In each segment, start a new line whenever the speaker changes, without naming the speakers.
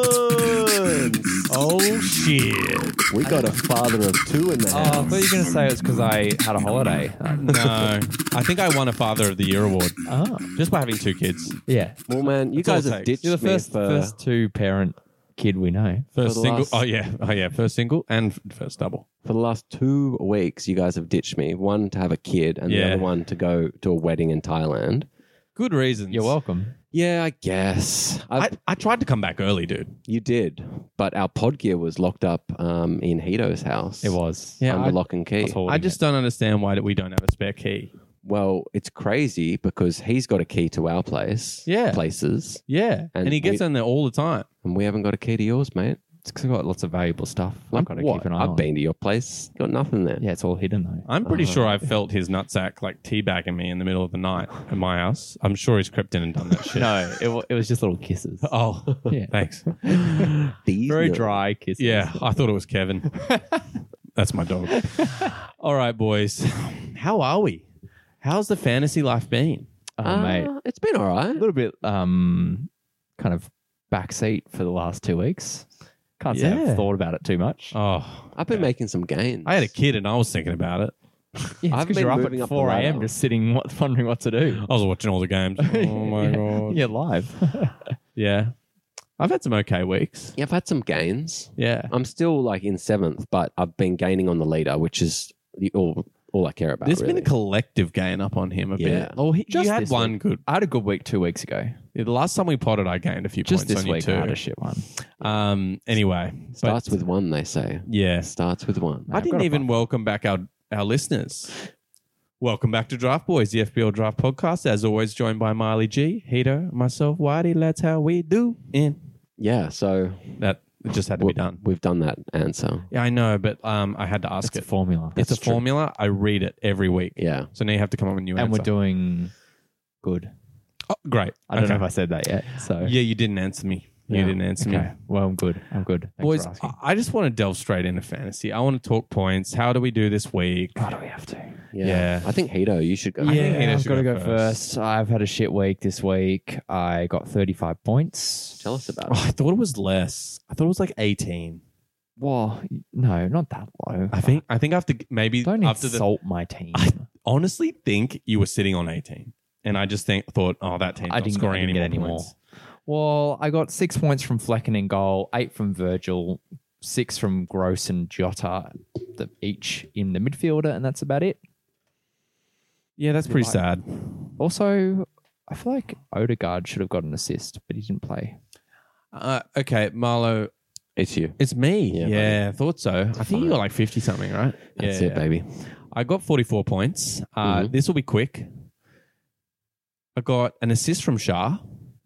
Congratulations!
Oh shit!
We got a father of two in the
Oh, I
house.
thought you were going to say it's because I had a holiday.
No, I think I won a Father of the Year award uh,
oh,
just by having two kids.
yeah.
well, man, you
all
guys
it
have
takes.
ditched
You're the first,
me for
first two parent kid we know.
First
For the
single.
last-
Oh yeah. Oh yeah. First single and f- first double.
for the last two weeks. You guys have ditched me. One to have a kid, and
Yeah.
the other one to go to a wedding in Thailand.
Good reasons.
You're welcome.
Yeah, I guess I,
I, I tried to come back early, dude.
you did, but our pod gear was locked up um, in Hito's house.
It was.
Yeah,
under
I-
lock and key.
was holding
I just don't understand why that we don't have a spare key.
Well, it's crazy because he's got a key to our place.
Yeah.
places,
Yeah, and,
And
he gets
we-
in there all the time.
and we haven't got a key to yours, mate.
it. It's got lots of valuable stuff. I've got to
what?
keep an eye
I've
on.
been to your place, got nothing there.
Yeah, it's all hidden though.
I'm pretty
Oh.
sure I felt his nutsack like teabagging me in the middle of the night at my house. I'm sure he's crept in and done that shit.
no, it, wa- it was just little kisses.
Oh,
Yeah.
thanks.
These
Very
little-
dry kisses.
Yeah, I thought it was Kevin. That's my dog. All right, boys. How are we? How's the fantasy life been?
Oh,
Uh,
mate.
It's been all right.
A little bit um, kind of backseat for the last two weeks. Can't say
Yeah.
I've thought about it too much.
Oh,
I've been making some gains.
I had a kid and I was thinking about it.
Yeah,
I've
it's 'cause
been
you're up
moving
at
up the
4
ladder.
a.m. just sitting what, wondering what to do.
I was watching all the games. Oh my
yeah.
god.
Yeah, live.
Yeah. I've had some okay weeks.
Yeah, I've had some gains.
Yeah.
I'm still like in seventh, but I've been gaining on the leader, which is the, all all I care about.
There's
really.
been a collective gain up on him a
Yeah.
bit.
oh, he,
You had
this
one
week-
good.
I had a good week two weeks ago.
The last time we potted, I gained a few
Just
points
this
on you
week, I had
too.
a shit one.
Um. Anyway, but-
starts with one, they say.
yeah.
Starts with one.
No,
I
I've got
didn't
a
even welcome back our our listeners. Welcome back to Draft Boys, the FBL Draft Podcast. As always, joined by Marley G, Heater, myself, Whitey. That's how we do. And
Yeah, so
that it just had to
we-
be done.
we've done that answer.
Yeah, I know, but um, I had to ask
It's
it.
a formula.
It's a
That's true.
formula. I read it every week.
Yeah,
So now you have to come up with a new
and
answer.
we're doing good.
oh, great.
I don't
Okay.
know if I said that yet. So
Yeah, you didn't answer me. You
Yeah.
didn't answer me.
okay. Well, I'm good. I'm good. Thanks
Boys,
for asking.
I- I just want to delve straight into fantasy. I want to talk points. How do we do this week?
Why do we have to?
yeah.
Yeah.
I think Hito, you should go.
Yeah.
Yeah,
Hannah
I've
should
got to
go
go first. I've had a shit week this week. I got 35 points.
Tell us about
Oh, I thought it was less. I thought it was like 18.
Well, no, not that low.
I think I think after maybe
Don't
after the
insult my team.
I- honestly think you were sitting on 18. And I just think thought, oh, that team's
I
not
didn't- I
scoring
didn't
any,
get
more
any more.
points.
Well, I got six points from Flecken in goal, eight from Virgil, six from Gross and Jota, the, each in the midfielder, and that's about it.
Yeah, that's pretty
Right.
sad.
Also, I feel like Odegaard should have got an assist, but he didn't play.
Uh, okay, Marlo,
it. It's you.
it's me.
Yeah,
Yeah, I thought so. I think you got like 50 something, right?
That's
yeah,
it, baby.
I got 44 points. Uh,
Mhm.
This will be quick. I got an assist from Shah,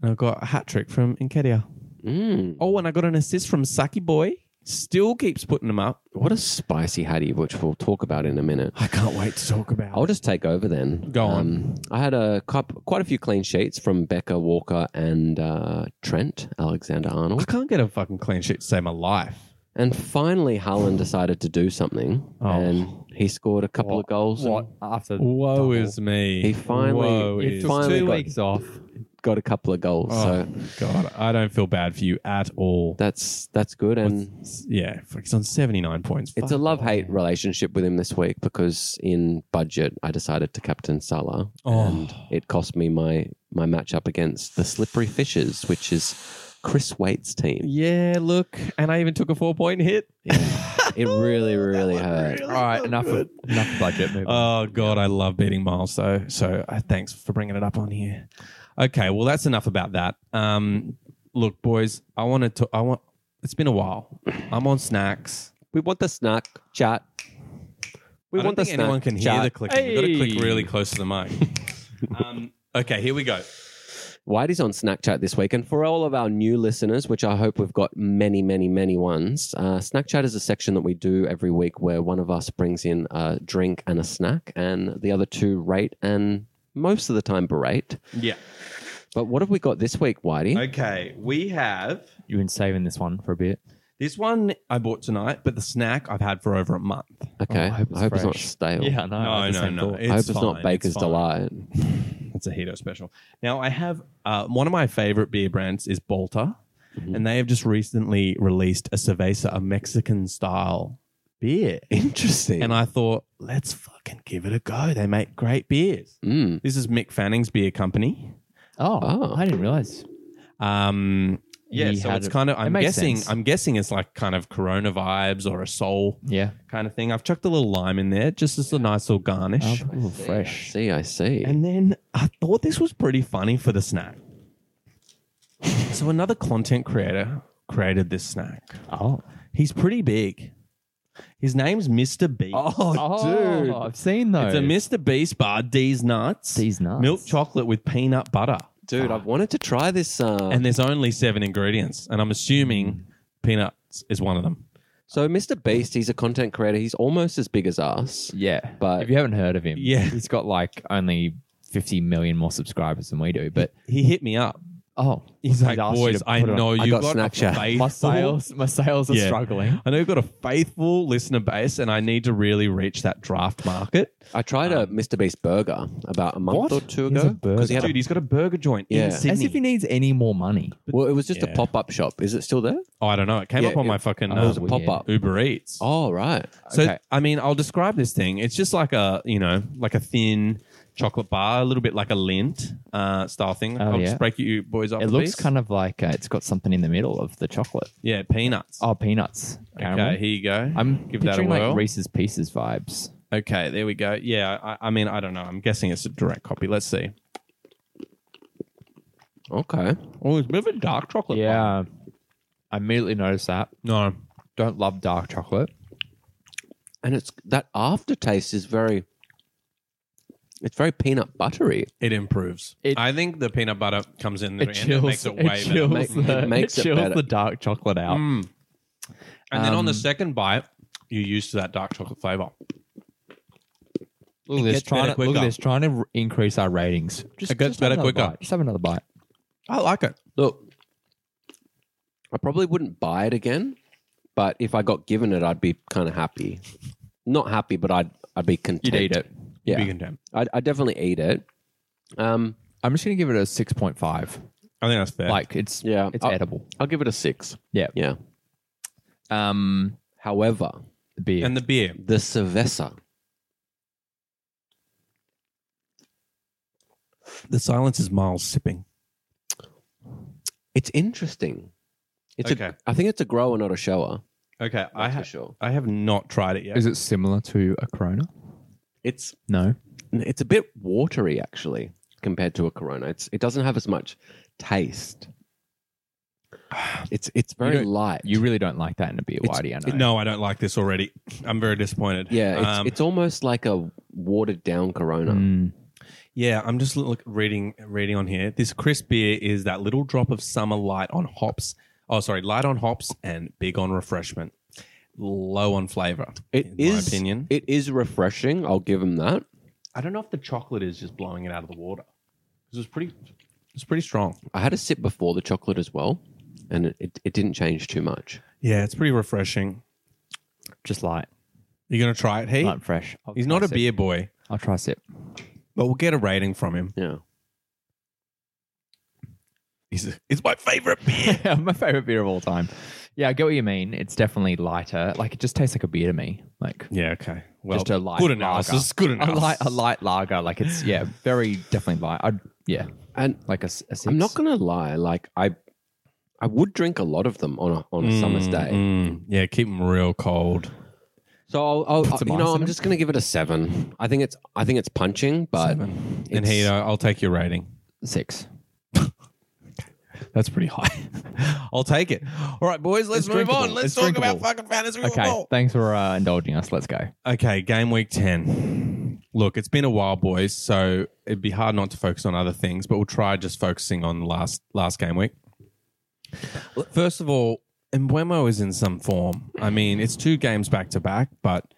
and I got a hat trick from Nkedia.
Mm.
Oh, and I got an assist from Saki Boy. Still keeps putting them up.
What a spicy hattie, which we'll talk about in a minute.
I can't wait to talk about.
I'll just take over then.
Go on.
Um, I had a cup, quite a few clean sheets from Becca Walker and uh, Trent Alexander
I
Arnold,
can't get a fucking clean sheet to save my life.
and finally Harlan decided to do something,
Oh.
and he scored a couple of goals. and
What after?
Woe
double.
is me.
He finally-
Woe
It
is
took
finally
two
got-
weeks off.
Got a couple of goals,
Oh,
so
God, I don't feel bad for you at all.
that's that's good. And
yeah, fuck, he's on 79 points.
it's a
Fuck.
love hate relationship with him this week because in budget I decided to captain Salah,
Oh.
and it cost me my my matchup against the Slippery Fishes, which is Chris Waite's team.
Yeah, look. And I even took a four point hit.
It really, really hurt.
All right, enough of, enough of budget. Move on.
Oh God, I love beating Miles. So so uh, thanks for bringing it up on here. Okay, well that's enough about that. Um, look, boys, I wanted to. I want. It's been a while. I'm on snacks.
We want the snack chat. We
I
want
don't
the
think anyone
snack
can hear
chat.
the clicking. We've got to click
Hey.
really close to the mic. um, okay, here we go.
Whitey's on Snack Chat this week, and for all of our new listeners, which I hope we've got many, many, many ones, uh, Snack Chat is a section that we do every week where one of us brings in a drink and a snack, and the other two rate and most of the time berate.
Yeah.
But what have we got this week, Whitey?
Okay, we have.
You've been saving this one for a bit.
This one I bought tonight, but the snack I've had for over a month.
Okay.
Oh, I
I
hope
hope,
it's
it's not
fresh.
stale.
Yeah, no, I had the same thought.
I hope it's not Baker's Delight.
That's a Hito special. Now I have uh, one of my favorite beer brands is Balta,
Mm-hmm.
and they have just recently released a cerveza, a Mexican style beer.
Interesting.
And I thought, let's fucking give it a go. They make great beers.
Mm.
This is Mick Fanning's beer company.
Oh,
Oh.
I didn't realize.
Um, yeah,
He
so
had
it's
it-
kind of.
it
I'm
makes
guessing.
sense.
I'm guessing it's like kind of Corona vibes or a soul
Yeah,
kind of thing. I've chucked a little lime in there just as a nice little garnish.
Ooh, Oh, fresh.
See, I see.
And then I thought this was pretty funny for the snack. So another content creator created this snack.
Oh,
He's pretty big. His name's Mr. B.
oh,
dude.
I've seen those.
It's a Mr. Beast bar, D's nuts.
D's Nuts.
Milk chocolate with peanut butter.
Dude, I've wanted to try this. Uh,
And there's only seven ingredients. And I'm assuming peanuts is one of them.
so, Mr. Beast, he's a content creator. He's almost as big as us.
Yeah,
But-
if you haven't heard of him,
Yeah.
he's got like only fifty million more subscribers than we do. But
He hit me up.
oh,
He's like,
asked you
boys,
to
I
put it on-
know
I
you
got
got,
Snapchat.
a faithful-
my sales, my sales are
Yeah.
struggling.
I know you've got a faithful listener base, and I need to really reach that draft market.
I tried a Mr. Beast burger about a month
What?
or two
He has a
ago. 'cause He had a-
Dude, he's got a burger joint
Yeah.
in
As
Sydney.
As if he needs any more money.
well, it was just
Yeah.
a pop up shop. Is it still there?
oh, I don't know. It came
Yeah,
up on
it-
my fucking
it
Oh,
was
uh,
a pop up.
Uber Eats.
Oh, right.
So
okay.
I mean, I'll describe this thing. It's just like a you know, like a thin chocolate bar, a little bit like a lint uh, style thing.
Oh,
I'll
yeah.
just break you boys up.
It looks kind of like uh, it's got something in the middle of the chocolate.
yeah, peanuts.
Oh, peanuts. Caramel.
Okay, here you go.
uh, I'm
give that a
picturing
whirl.
like Reese's Pieces vibes.
okay, there we go. Yeah, I, I mean, I don't know. I'm guessing it's a direct copy. Let's see.
Okay.
Oh, it's a bit of a dark chocolate. bar.
Yeah, I immediately noticed that.
No.
Don't love dark chocolate.
And it's that aftertaste is very. It's very peanut buttery.
It improves.
It-
I think the peanut butter comes in the
It
end and
chills.
makes it
It,
way better.
chills.
Make-
the,
it makes it
chills
better.
the dark chocolate out.
Mm. And then on the
Um,
second bite, you're used to that dark chocolate flavor.
Look at
It
this,
gets
trying
better
to, look at
quicker.
this, trying to r- increase our ratings. Just,
It gets
just have
better
another
quicker.
Bite. Just have another bite.
I like it.
Look, I probably wouldn't buy it again, but if I got given it, I'd be kind of happy. Not happy, but I'd I'd be content.
it.
Yeah,
Be content.
I'd, I'd definitely eat it. Um,
I'm just gonna give it a six point five.
I think that's fair.
Like it's
Yeah. Uh,
it's
I'll-
edible.
I'll give it a six.
Yeah.
Yeah.
Um,
However,
the beer.
and the beer.
the cerveza.
The silence is miles sipping.
It's interesting. It's
Okay.
A, I think it's a grower, not a shower.
Okay, I
That's for
have
sure.
I have not tried it yet.
Is it similar to a Corona?
It's
No.
it's a bit watery actually compared to a Corona. It's it doesn't have as much taste. It's it's very
don't-
light.
You really don't like that in a beer,
It's-
Whitey. I know.
no, I don't like this already. I'm very disappointed.
yeah, it's,
Um,
it's almost like a watered down Corona.
Mm.
yeah. I'm just look, reading reading on here. This crisp beer is that little drop of summer light on hops. Oh, sorry, light on hops and big on refreshment. Low on flavor.
It
in
is-
my opinion.
It is refreshing. I'll give them that.
I don't know if the chocolate is just blowing it out of the water because it's pretty. It's pretty strong.
I had a sip before the chocolate as well, and it, it, it didn't change too much.
Yeah, it's pretty refreshing.
Just light,
You're gonna try it, he?
light and fresh. I'll
He's
try
not a
sip.
beer boy,
I'll try sip.
but we'll get a rating from him.
Yeah.
He's it's my favorite beer.
My favorite beer of all time. Yeah, I get what you mean. It's definitely lighter. Like it just tastes like a beer to me. Like
Yeah, okay. Well,
Just a light
good
lager.
analysis. Good
a
analysis.
light, a light lager. Like it's yeah, very definitely light. I'd, yeah,
And
like a, s- a 6
I'm not gonna lie, like I I would drink a lot of them on a on a summer's day.
Mm, yeah, keep them real cold.
So I'll, I'll
some
you
ice
know,
in
I'm
it.
just gonna give it a seven. I think it's I think it's punching, but
and
it's-
he, uh, I'll take your rating.
six.
That's pretty high. I'll take it. All right, boys, let's
It's
move on.
drinkable.
Let's
It's
talk about
drinkable.
fucking fantasy
Okay,
football.
thanks for uh, indulging us. Let's go.
Okay, game week 10. Look, it's been a while, boys, so it'd be hard not to focus on other things, but we'll try just focusing on the last last game week. Look, First of all, Embuemo is in some form. I mean, it's two games back to back, but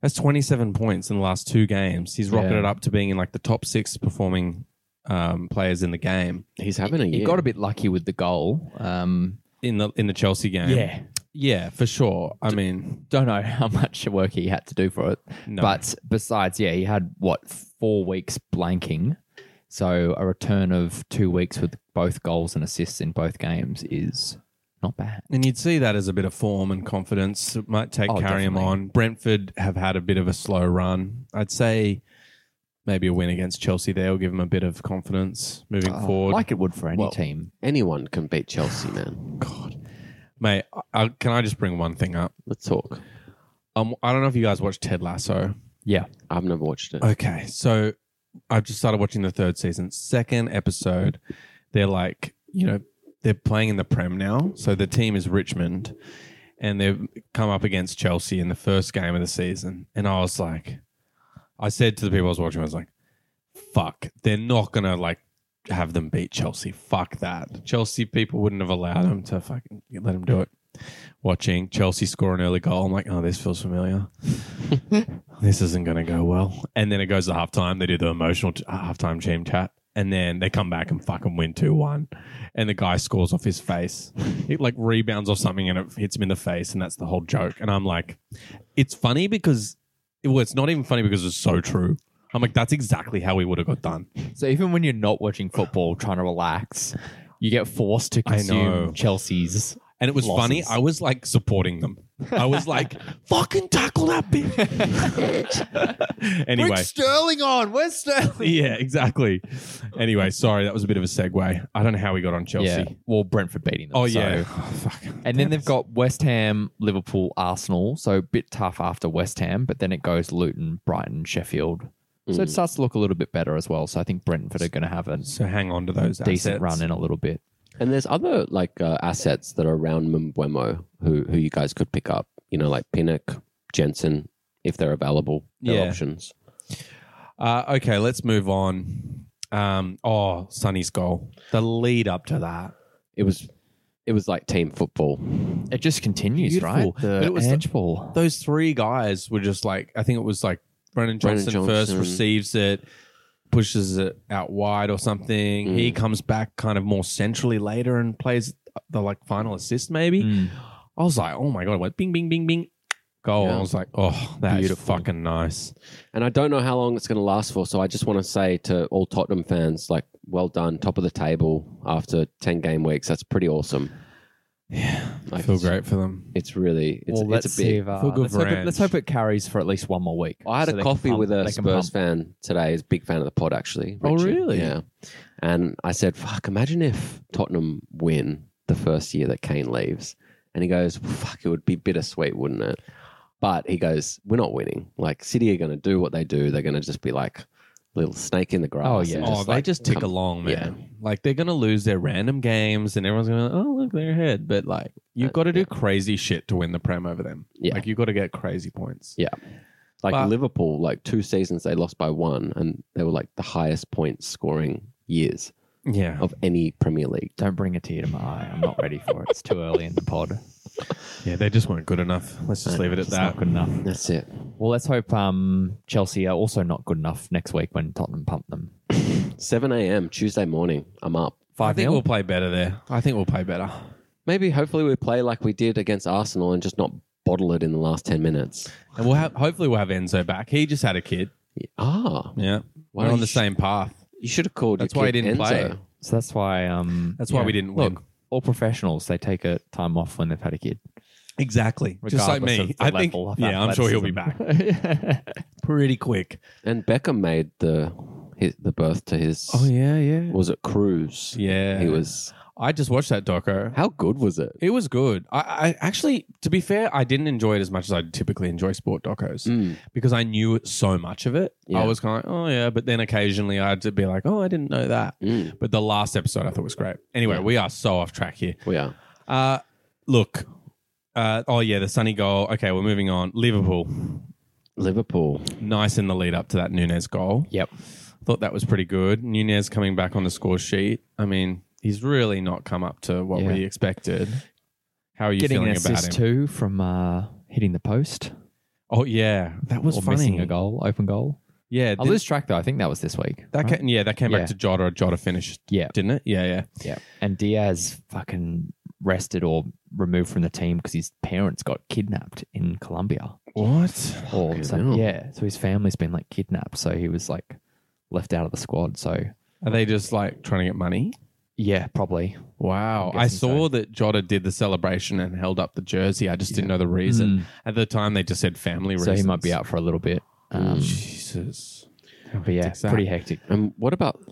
that's 27 points in the last two games. He's rocketed
Yeah.
up to being in like the top six performing um, players in the game
he's having a
You
year.
got a bit lucky with the goal. Um,
in the in the Chelsea game. yeah, for sure. I mean,
Don't know how much work he had to do for it.
No.
But besides, yeah, he had what four weeks blanking. So a return of two weeks with both goals and assists in both games is not bad.
and you'd see that as a bit of form and confidence. It might take
Oh,
carry him
definitely.
on. Brentford have had a bit of a slow run. I'd say maybe a win against Chelsea there will give him a bit of confidence moving forward.
Oh, Like it would for any
Well-
team.
Anyone can beat Chelsea, man.
God, mate, I, I, can I just bring one thing up?
Let's talk.
Um, I don't know if you guys watched Ted Lasso.
Yeah.
I've never watched it.
Okay, so I've just started watching the third season, second episode. They're like, you know, they're playing in the Prem now, so the team is Richmond, and they've come up against Chelsea in the first game of the season. And I was like, I said to the people I was watching, I was like, fuck, they're not gonna like have them beat Chelsea. Fuck that. Chelsea people wouldn't have allowed them to fucking let them do it. Watching Chelsea score an early goal, I'm like, oh, this feels familiar this isn't going to go well. And then it goes to halftime. They do the emotional t- uh, halftime team chat. And then they come back and fucking win 2 1. And the guy scores off his face. It like rebounds off something and it hits him in the face. And that's the whole joke. And I'm like, it's funny because, well, it's not even funny because it's so true. I'm like, that's exactly how we would have got done.
So even when you're not watching football, trying to relax, you get forced to
I know.
consume Chelsea's.
And it was funny.
Losses.
I was like supporting them. I was like, fucking tackle that bitch. anyway.
Sterling on. Where's Sterling?
yeah, exactly. Anyway, sorry, that was a bit of a segue. I don't know how we got on Chelsea.
Yeah. Well, Brentford beating them.
Oh
so-
yeah, Oh, fuck.
And then they've got West Ham, Liverpool, Arsenal. So a bit tough after West Ham, but then it goes Luton, Brighton, Sheffield. So
Mm.
it starts to look a little bit better as well. So I think Brentford are going to have a
so hang on to those
decent
assets.
run in a little bit.
And there's other like uh, assets that are around Mbwemo who who you guys could pick up. You know, like Pinnock, Jensen, if they're available. They're
Yeah.
options.
Uh, okay, let's move on. Um, oh, Sonny's goal, the lead up to that,
It was it was like team football.
It just continues,
Beautiful.
right?
But it was-
handball.
those three guys were just like, I think it was like Brennan
Brennan
Johnson, first
Johnson.
receives it, pushes it out wide or something.
Mm.
He comes back kind of more centrally later and plays the like final assist maybe.
Mm.
I was like, oh my god, what bing bing bing bing goal.
Yeah.
I was like, oh, that's
Beautiful.
fucking nice.
And I don't know how long it's going to last for. So I just want to say to all Tottenham fans, like, well done, top of the table after ten game weeks. That's pretty awesome.
Yeah, I
Like,
feel
it's-
great for them.
It's really it's,
well, let's
it's a big.
see if, uh,
Feel good
let's, hope
range.
it, let's hope it carries for at least one more week.
I had
So
a
they can
coffee
pump-
with a
they can
Spurs
pump.
fan today. He's a big fan of the pod, actually.
Oh,
Richard.
really?
Yeah. And I said, "Fuck! Imagine if Tottenham win the first year that Kane leaves." And he goes, "Fuck! It would be bittersweet, wouldn't it?" But he goes, "We're not winning. Like City are going to do what they do. They're going to just be like little snake in the grass.
Oh, yeah.
and
Oh,
just,
they
like,
just tick
come-
along, man. Like they're gonna lose their random games, and everyone's gonna oh look they're ahead. But like you've
Uh,
got to do
yeah.
crazy shit to win the prem over them.
Yeah.
like you've got to get crazy points.
Yeah. Like
But-
Liverpool, like two seasons they lost by one, and they were like the highest point scoring years
Yeah,
of any Premier League.
Don't bring a tear to my eye. I'm not ready for it. It's too early in the pod.
yeah. They just weren't good enough. Let's just leave it at
It's not
that.
good enough.
That's it.
Well, let's hope um, Chelsea are also not good enough next week when Tottenham pump them.
7 a.m. Tuesday morning. I'm up.
I
Five
think
nil?
we'll play better there. I think we'll play better.
Maybe hopefully we play like we did against Arsenal and just not bottle it in the last 10 minutes.
And we'll have, hopefully we'll have Enzo back. He just had a kid.
Ah,
Yeah, we're
Why
on
don't
the
you-
same path.
you should have called.
That's
your
why he
kid
didn't
Enzo.
play.
So that's why. Um,
That's why we didn't
look.
win.
All professionals they take a time off when they've had a kid.
Exactly, just like
regardless
me.
of the
I think.
level of
Yeah, I'm sure he'll be back
athleticism.
pretty quick.
And Beckham made the his, the birth to his.
Oh, yeah, yeah,
Was it Cruz?
yeah.
Oh, He was.
I just watched that doco.
How good was it?
It was good. I, I actually, to be fair, I didn't enjoy it as much as I typically enjoy sport docos
Hmm.
Mm.
because I knew so much of it.
Yeah.
I was kind of like, oh yeah, but then occasionally I'd be like, oh, I didn't know that.
Hmm.
Mm.
But the last episode I thought was great. Anyway,
Yeah.
we are so off track here.
We are.
Uh, look, uh, oh yeah, the sunny goal. Okay, we're moving on. Liverpool,
Liverpool.
nice in the lead up to that Nunes goal.
Yep.
Thought that was pretty good. Nunez coming back on the score sheet. I mean, he's really not come up to what
Yeah.
we expected. How are you
Getting an
feeling about him?
assist too from uh, hitting the post
Oh yeah, that was
or
funny.
missing a goal, open goal.
Yeah,
I
did-
lose track though. I think that was this week.
that
right?
came, yeah that came
Yeah.
back to Jota. Jota finished,
yeah,
didn't it? Yeah, yeah.
yeah. And Diaz fucking rested or removed from the team because his parents got kidnapped in Colombia.
What?
Or
Fucking
some,
hell.
yeah, so his family's been like kidnapped, so he was like left out of the squad. So
Are they just like trying to get money?
yeah, probably
Wow.
I'm
I
guessing
saw that Jota did the celebration and held up the jersey. I just didn't know the reason. At the time, they just said family
Mm. so
reasons.
he might be out for a little bit. Um,
Jesus.
but yeah,
hectic's that?
pretty hectic,
Um, what about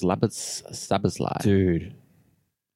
Slabbers Sabberslide?
dude.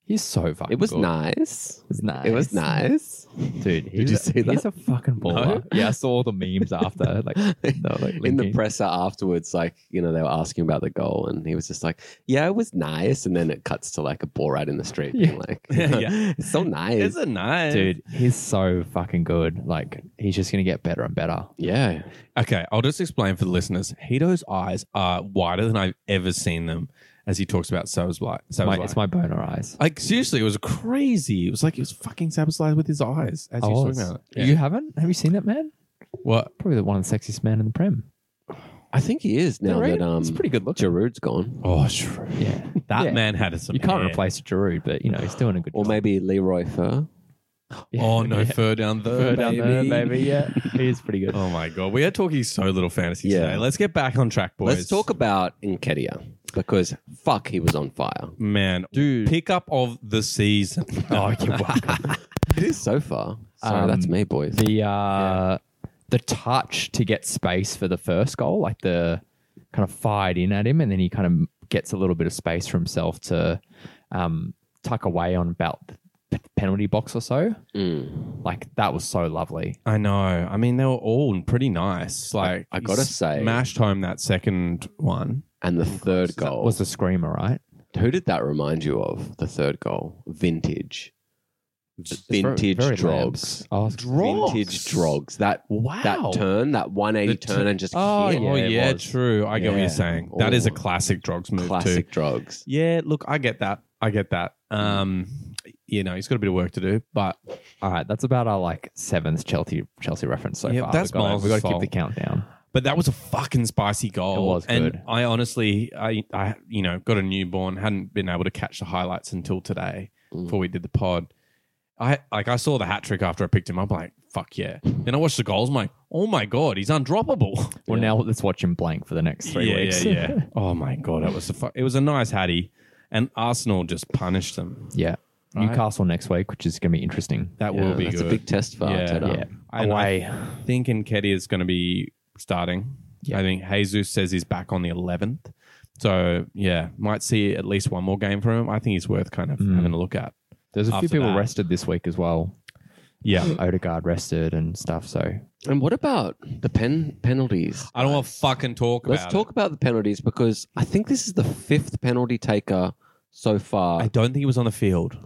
He's so fucking.
It was
good.
nice.
It was nice.
It was nice.
dude. He's
you
a,
see
He's a fucking baller. Yeah, I saw the memes after, like, they were, like
In the
linking.
presser afterwards, like, you know, they were asking about the goal and he was just like, yeah, it was nice. And then it cuts to like a Borat in the street being
Yeah.
like,
Yeah.
it's so nice.
It's a nice.
Dude, he's so fucking good. Like, he's just gonna get better and better.
yeah.
Okay, I'll just explain for the listeners. Hito's eyes are wider than I've ever seen them as he talks about Sabbath's light.
my, it's my boner eyes.
like seriously, it was crazy. It was like he was fucking Sabbath's light with his eyes as
I
he was
was.
talking about it.
Oh, You haven't? Have you seen that man?
what?
Probably the one of the sexiest man in the prem.
I think he is now
Right?
that um,
it's pretty good look.
Giroud's gone.
Oh, sure.
Yeah,
that
Yeah.
man had some.
You can't
hair.
replace Giroud, but you know he's doing a good.
Or
job.
maybe Leroy Fur.
Yeah.
Oh no,
Yeah.
fur down the
Fur down there,
baby.
baby. Yeah, he is pretty good.
Oh my god, we are talking so little fantasy
Yeah.
today. Let's get back on track, boys.
Let's talk about Nkedia because fuck, he was on fire.
man, dude. Pickup of the season.
Oh, you're welcome.
It is so far. Sorry,
Um,
that's me, boys.
the uh, the touch to get space for the first goal, like the kind of fired in at him, and then he kind of gets a little bit of space for himself to um, tuck away on about the p- penalty box or so.
Mm.
Like that was so lovely.
I know. I mean, they were all pretty nice. Like
I gotta
he
say-
smashed home that second one.
and the third goal.
Was the screamer right?
Who did that remind you of? The third goal. Vintage.
It's very-
Vintage
very
drogs.
lambs. Oh, it's-
Vintage drogs. That
Wow.
that turn, that 180
The
turn and just
Oh,
hit.
yeah,
it
yeah,
was.
true. I get what
Yeah.
you're saying. That is a
Oh.
classic drugs move
Classic
too.
drogs.
Yeah, look, I get that. I get that. Um, you know, he's got a bit of work to do, but
All right, that's about our like seventh Chelsea Chelsea reference so
Yeah,
far.
that's
We've got,
Miles'
we got to keep
fault.
the count down.
but that was a fucking spicy goal.
It was good.
And I honestly, I, I, you know, got a newborn, hadn't been able to catch the highlights until today
Mm.
before we did the pod. I like I saw the hat trick after I picked him up. Like fuck yeah. Then I watched the goals. I'm like, oh my god, he's undroppable.
Well, now let's watch him blank for the next three
yeah,
weeks.
Yeah, yeah. oh my god, that was a fu- it was a nice hattie, and Arsenal just punished them.
Yeah.
Right.
Newcastle next week, which is going to be interesting.
That
Yeah,
will be
that's
good.
a big test for
Yeah.
Arteta.
yeah.
And I think Nketiah is going to be starting.
Yeah.
I think Jesus says he's back on the 11th. So, yeah, might see at least one more game from him. I think he's worth kind of having a look at.
There's a
After
few people
that.
rested this week as well.
Yeah.
Odegaard rested and stuff. So
And what about the pen penalties?
I don't want to fucking talk
Let's
about
talk about the penalties because I think this is the fifth penalty taker so
it.
far.
I don't think he was on the field.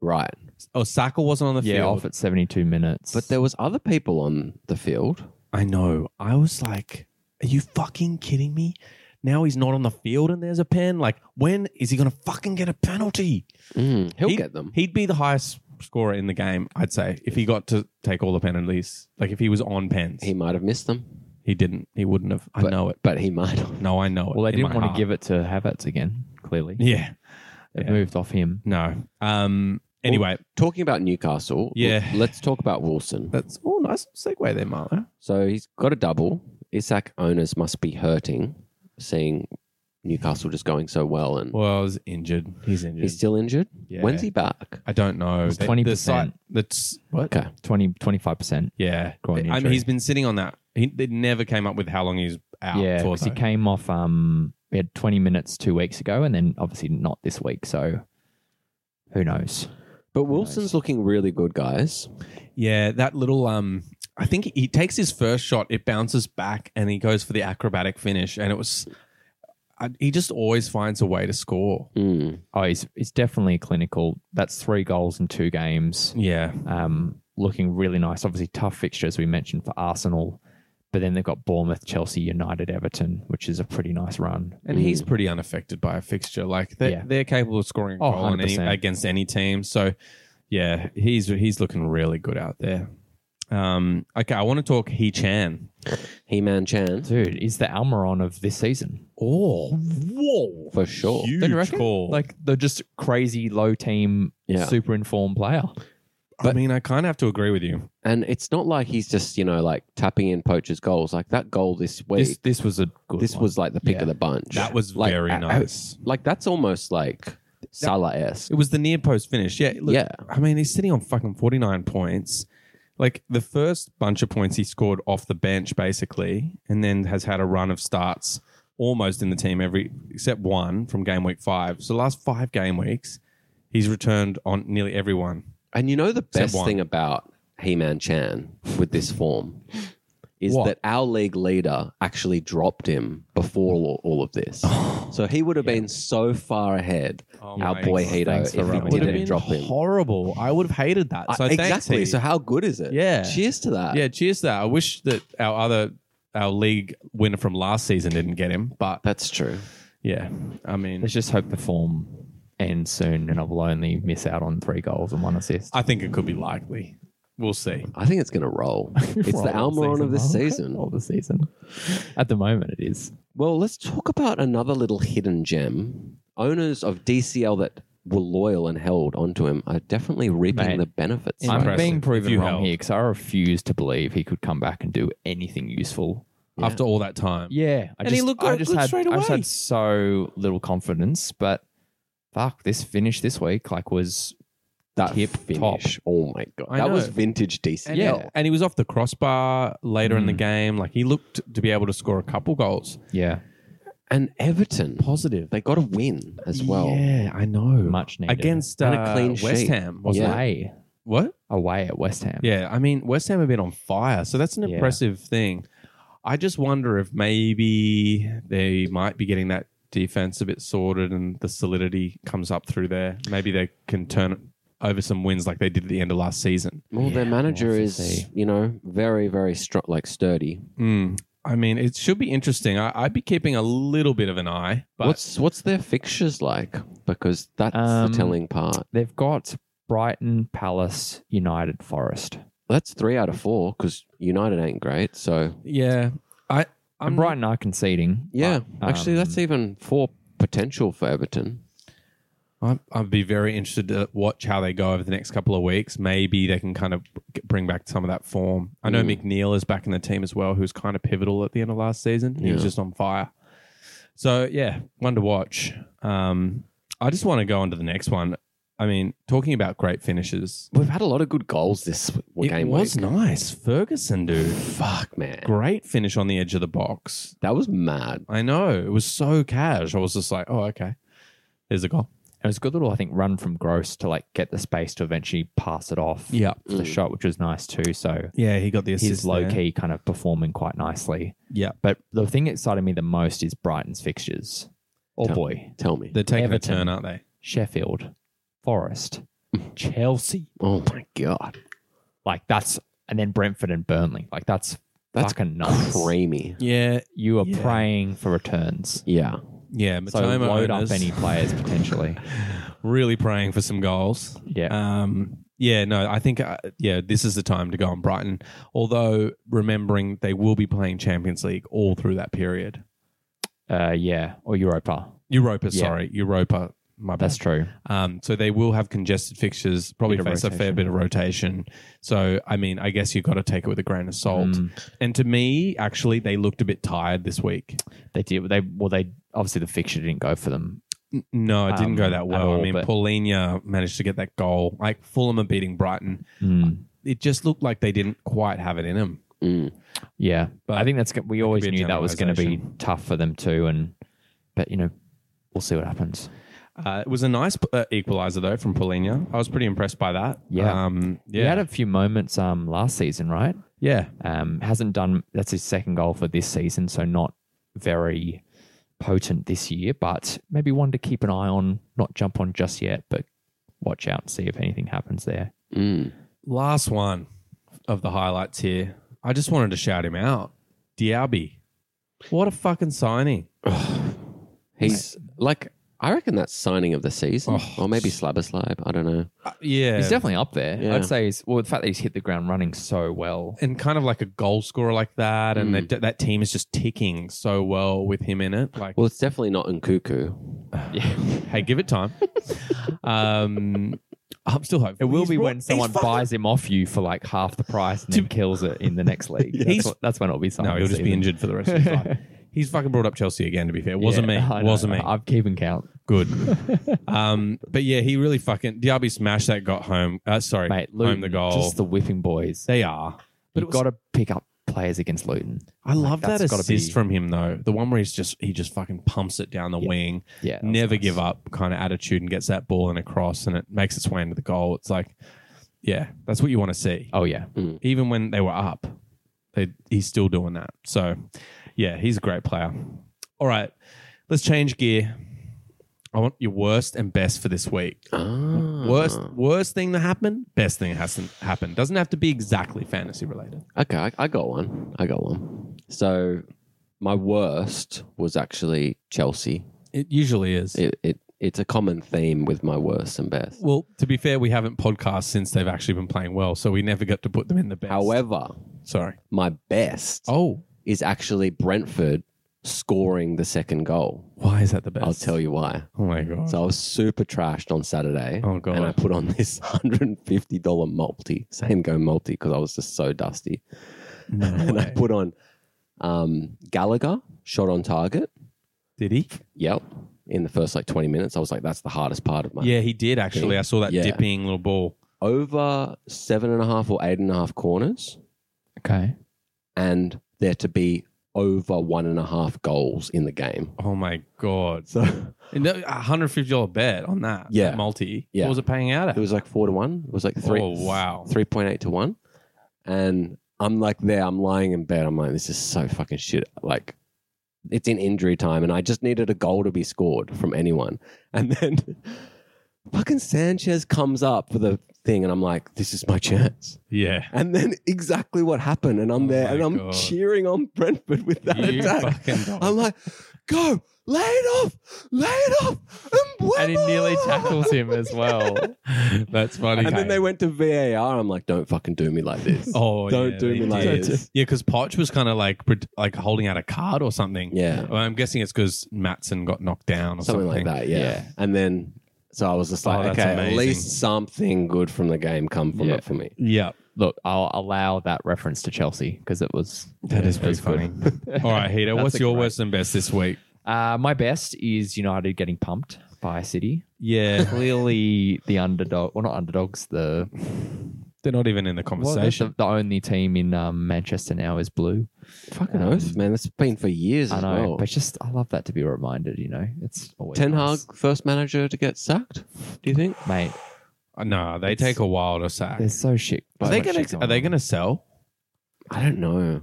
right.
Oh, Saka wasn't on the
yeah,
field.
off at 72 minutes.
But there was other people on the field.
I know. I was like, are you fucking kidding me? Now he's not on the field and there's a pen. Like, when is he going to fucking get a penalty?
Mm, he'll
He'd-
get them.
He'd be the highest scorer in the game, I'd say, if he got to take all the penalties. Like if he was on pens,
He
he,
might have missed them,
didn't. He wouldn't have. I
But-
know it.
but he might have.
No, I know it.
well, they
in
didn't
my
want
heart.
to give it to Havertz again, clearly.
Yeah.
They've
Yeah.
moved off him.
No. Um. Anyway,
Talking about Newcastle,
Yeah.
l- let's talk about Wilson.
that's all nice segue there, Marlo.
So he's got a double. Isak owners must be hurting seeing Newcastle just going so well, and
Well, he's injured. He's injured.
he's still injured.
Yeah.
When's he back?
I don't know.
It's
The- the
20%.
site- That's what.
Okay,
20, 25%.
Yeah.
Groin
I mean,
injury.
he's been sitting on that. He they never came up with how long he's out
yeah,
for.
because he
though.
came off, um, we had 20 minutes two weeks ago and then obviously not this week. So who knows?
but Wilson's looking really good, guys.
Yeah, that little um I think he takes his first shot, it bounces back and he goes for the acrobatic finish and it was I, he just always finds a way to score.
Mm.
Oh, he's, he's definitely clinical. That's three goals in two games.
Yeah.
um, looking really nice. Obviously, tough fixture as we mentioned for Arsenal, but then they've got Bournemouth, Chelsea, United, Everton, which is a pretty nice run.
And he's pretty unaffected by a fixture. Like they
Yeah.
they're capable of scoring a
Oh,
goal on any,
100%.
against any team. So yeah, he's he's looking really good out there. Um okay, I want to talk He Chan.
He man Chan
Dude, is the Almiron of this season.
Oh, whoa.
for sure.
Huge
Don't you reckon?
call.
Like the just crazy low team,
Yeah.
super informed player.
I mean, I kind of have to agree with you.
And it's not like he's just, you know, like tapping in poachers' goals. Like that goal this week,
This
this,
this was a good. one.
was like the pick
Yeah.
of the bunch.
that was
like,
very
I- I-
nice.
like that's almost like Salah esque.
It was the near post finish. Yeah. Look,
Yeah.
I mean, he's sitting on fucking 49 points. Like the first bunch of points he scored off the bench, basically, and then has had a run of starts almost in the team every except one from game week five. So the last five game weeks, he's returned on nearly everyone.
And you know the best
one.
thing about He Man Chan with this form is
What?
that our league leader actually dropped him before all, all of this. so he would have been so far ahead,
Oh
our
my
boy
God.
Hito,
Thanks
if
for rubbing
he
it
didn't
in.
drop him.
horrible. I would have hated that. So
I-
thanks,
exactly. uh,
Heath.
So how good is it?
Yeah.
Cheers to that.
yeah, cheers to that. I wish that our other our league winner from last season didn't get him, but
That's true.
yeah, I mean,
Let's just hope the form ends soon, and I will only miss out on three goals and one assist.
I think it could be likely. We'll see.
I think it's going to roll. It's the Almiron of this season.
Of the season. At the moment, it is.
Well, let's talk about another little hidden gem. Owners of DCL that were loyal and held onto him are definitely reaping
Mate,
the benefits.
I'm
I'm
Impressive.
being proven
You
wrong
held.
here because I refuse to believe he could come back and do anything useful.
After all that time,
Yeah, I
And
just,
he looked
I
good-
just
good
had,
straight
I just
away.
had so little confidence, but fuck, this finish this week like was
that
tip
finish. Oh my god,
I
that was
know.
vintage DCL.
And he- and he was off the crossbar later in the game. Like he looked to be able to score a couple goals.
yeah
and Everton,
Positive
they got a win as well.
Yeah, I know.
much needed
Against
And a
uh,
clean
West
sheet.
Ham, wasn't
Yeah.
it?
away
What?
away at West Ham.
Yeah, I mean West Ham have been on fire, so that's an
Yeah.
impressive thing. I just wonder if maybe they might be getting that defense a bit sorted, and the solidity comes up through there. Maybe they can turn over some wins like they did at the end of last season.
Well, their
Yeah, we'll
manager
have to
is,
see.
you know, very, very strong, like sturdy.
Mm. I mean, it should be interesting. I, I'd be keeping a little bit of an eye. But
what's what's their fixtures like? Because that's
Um,
the telling part.
They've got Brighton, Palace, United, Forest.
That's three out of four because United ain't great. So
yeah, I I'm
and Brighton are conceding.
yeah,
but,
actually, that's
um,
even four potential for Everton.
I'm, I'd be very interested to watch how they go over the next couple of weeks. Maybe they can kind of g- bring back some of that form. I know McNeil is back in the team as well, who's kind of pivotal at the end of last season. He was
Yeah.
just on fire. So yeah, one to watch. Um, I just want to go on to the next one. I mean, talking about great finishes,
We've had a lot of good goals this w-
it
game.
was
week.
nice. Ferguson, dude,
Fuck, man.
great finish on the edge of the box.
That was mad.
I know it was so cash. I was just like, oh okay, there's a goal.
It was a good little, I think, run from Gross to like get the space to eventually pass it off. for
Mm.
the shot, which was nice too. So
yeah, he got the assist.
he's low
there.
key kind of performing quite nicely.
Yeah,
But the thing that excited me the most is Brighton's fixtures. Oh
Tell-
boy,
Tell me.
they're taking
Everton.
a turn, aren't they?
Sheffield, Forest,
Mm.
Chelsea.
oh my god,
Like that's and then Brentford and Burnley. Like that's
that's
fucking nuts.
creamy.
Yeah,
You are
Yeah.
praying for returns.
Yeah,
yeah.
So
Matoma
load
owners
up any players potentially.
really praying for some goals.
Yeah.
Um, yeah, no, I think uh, yeah, this is the time to go on Brighton. Although remembering they will be playing Champions League all through that period.
Uh, yeah, or Europa.
Europa,
Yeah.
sorry, Europa. My bad.
That's true.
Um, so they will have congested fixtures, probably
Bit of
face a fair
rotation.
bit of rotation. So I mean, I guess you've got to take it with a grain of salt.
Mm.
And to me, actually, they looked a bit tired this week.
They did. They well. They obviously the fixture didn't go for them.
No, it didn't
Um,
go that well.
at all,
I mean,
but-
Paulinho managed to get that goal. Like Fulham are beating Brighton.
Mm,
It just looked like they didn't quite have it in them.
Mm.
yeah,
But
but I think that's. go- We always
be a
knew that was going to be
generalisation.
tough for them too. And but you know, we'll see what happens.
Uh, it was a nice uh, equalizer though from Polina. I was pretty impressed by that.
Yeah.
um,
He had
yeah,
a few moments um last season, right?
yeah.
Um, hasn't done. That's his second goal for this season, so not very potent this year. But maybe one to keep an eye on. Not jump on just yet, but watch out and see if anything happens there.
mm.
Last one of the highlights here. I just wanted to shout him out, Diaby. What a fucking signing!
he's like. I reckon that's signing of the season,
Oh.
or maybe slab slab. I don't know.
Uh, yeah,
He's definitely up there.
Yeah.
I'd say he's well. The fact that he's hit the ground running so well.
and kind of like a goal scorer like that, and that, that team is just ticking so well with him in it. Like,
Well, it's definitely not in Cuckoo.
Yeah.
hey, give it time. um, I'm still hopeful.
It will
He's
be
brought-
when
he's
someone
fucking-
buys him off you for like half the price and then kills it in the next league.
He's-
that's, what, that's when it'll be something.
No, he'll just be injured for the rest of his life. He's fucking brought up Chelsea again. To be fair, it wasn't me. It wasn't me.
I'm keeping count.
Good. um, but yeah, he really fucking Diaby smashed that. Got home. Uh, sorry,
Mate,
home
Luton,
the goal.
just the whipping boys.
they are. But it
You've
was-
got to pick up players against Luton.
I love that
that's gotta
assist
be-
from him though. The one where he's just he just fucking pumps it down the wing,
Yeah, that was
never
nice.
give up kind of attitude, and gets that ball in a cross, and it makes its way into the goal. It's like, yeah, that's what you want to see.
Oh yeah,
Even when they were up, they, he's still doing that. So, yeah, he's a great player. All right, let's change gear. I want your worst and best for this week.
Ah.
Worst
Uh-huh.
worst thing that happened, best thing that hasn't happened. Doesn't have to be exactly fantasy related.
Okay, I, I got one. I got one. So my worst was actually Chelsea.
It usually is.
It, it it's a common theme with my worst and best.
Well, to be fair, we haven't podcast since they've actually been playing well, so we never got to put them in the best.
However,
sorry.
my best
Oh,
is actually Brentford scoring the second goal.
why is that the best?
I'll tell you why.
Oh my god.
So I was super trashed on Saturday.
Oh, God.
And I put on this hundred and fifty dollar multi, same go multi, because I was just so dusty. and I put on um, Gallagher shot on target.
did he?
Yep. In the first like twenty minutes, I was like, "That's the hardest part of my
Yeah, he did actually. I saw that
Yeah.
dipping little ball.
over seven and a half or eight and a half corners,
okay.
and there to be over one and a half goals in the game."
Oh my god.
So
And that- a hundred fifty dollar bet on that.
Yeah.
that multi.
Yeah.
What was it paying out at?
it was like four to one. It was like three.
Oh wow.
three point eight to one, and I'm like there. I'm lying in bed. I'm like, this is so fucking shit. Like, it's in injury time, and I just needed a goal to be scored from anyone. And then fucking Sanchez comes up for the thing, and I'm like, this is my chance.
Yeah.
And then exactly what happened, and I'm
Oh
there,
my
and I'm
God.
cheering on Brentford with that
You
attack.
fucking dog.
I'm like, go lay it off, lay it off, and,
And he nearly tackles him as well.
That's funny.
And then they went to VAR. I'm like, don't fucking do me like this.
Oh,
Don't
yeah,
do
they
me like
did.
this.
Yeah, because Poch was kind of like pret- like holding out a card or something.
Yeah.
Well, I'm guessing it's because Matson got knocked down or something,
something, like that. Yeah.
Yeah.
And then, so I was just
Oh,
like,
that's
okay,
amazing.
at least something good from the game come from
Yeah.
it for me.
Yeah,
Look, I'll allow that reference to Chelsea because it was
that is
it was
pretty
good.
funny. All right, Hito,
That's
what's
a
your
great-
worst and best this week?
Uh, my best is United getting pumped by City.
Yeah,
Clearly, the underdog. Well, not underdogs. The
they're not even in the
well, the,
conversation.
the only team in um, Manchester now is blue.
Fucking
Um,
oath, man. That's been for years
I
as
know,
well.
but just I love that to be reminded. You know, it's always
Ten Hag,
nice.
first manager to get sacked, do you think?
mate.
Uh, no, they take a while to sack.
They're so shit.
Are
so
they
much
gonna
shit going
Are they
on.
gonna sell?
I don't know.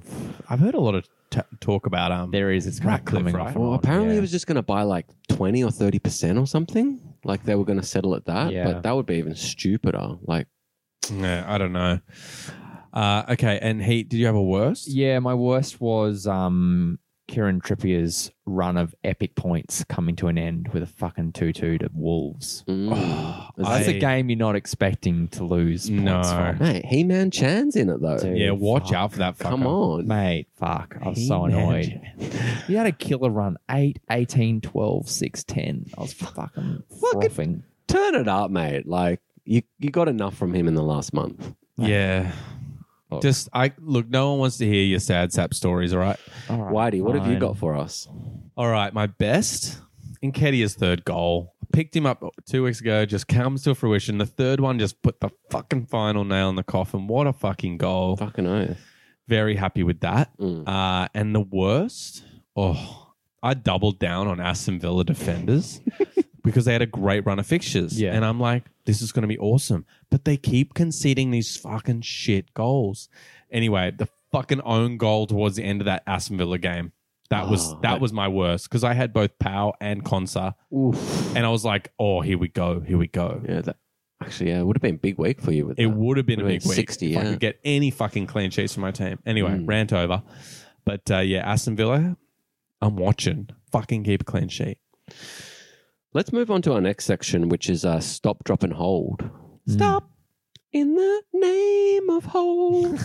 I've heard a lot of t- talk about um.
There is. It's kind of
Ratcliffe,
coming
right?
off. and
Well,
on,
apparently
yeah.
he was just going to buy like 20 or 30% or something. Like they were going to settle at that.
Yeah.
But that would be even stupider. Like,
Yeah, I don't know. Uh, okay, and Heat, did you have a worst?
Yeah, my worst was um, Kieran Trippier's run of epic points coming to an end with a fucking 2 2 to Wolves.
mm.
Oh,
Is
I-
That's a game you're not expecting to lose points
No.
from.
Mate, He Man Chan's in it though.
Dude.
Yeah, watch
Fuck.
out for that. Fucker.
Come on.
Mate, fuck. I was so
He
annoyed. You had a killer run 8, 18, 12, 6, 10. I was fucking frothing.
Turn it up, mate. Like, you, you got enough from him in the last month.
Yeah.
Look.
Just I look, no one wants to hear your sad sap stories, all right?
All right,
Whitey, what have you
fine.
got for us?
All right, my best. Enkedia's third goal. I picked him up two weeks ago, just comes to fruition. The third one just put the fucking final nail in the coffin. What a fucking goal.
Fucking oath.
Very happy with that.
Mm.
Uh, and the worst, oh, I doubled down on Aston Villa defenders because they had a great run of fixtures.
Yeah.
And I'm like, this is going to be awesome. But they keep conceding these fucking shit goals. Anyway, the fucking own goal towards the end of that Aston Villa game. That was
Oh,
that
that-
was my worst because I had both Pow and Consa,
Oof.
and I was like, "Oh, here we go, here we go."
Yeah, that actually, yeah, it would have been a big week for you. With
It
that.
would have been a
Would've
big
been
week
60,
if I
yeah.
could get any fucking clean sheets for my team. Anyway,
Mm.
rant over. But uh, yeah, Aston Villa, I'm watching. Fucking keep a clean sheet.
Let's move on to our next section, which is uh, stop, drop, and hold.
Mm.
Stop in the name of hold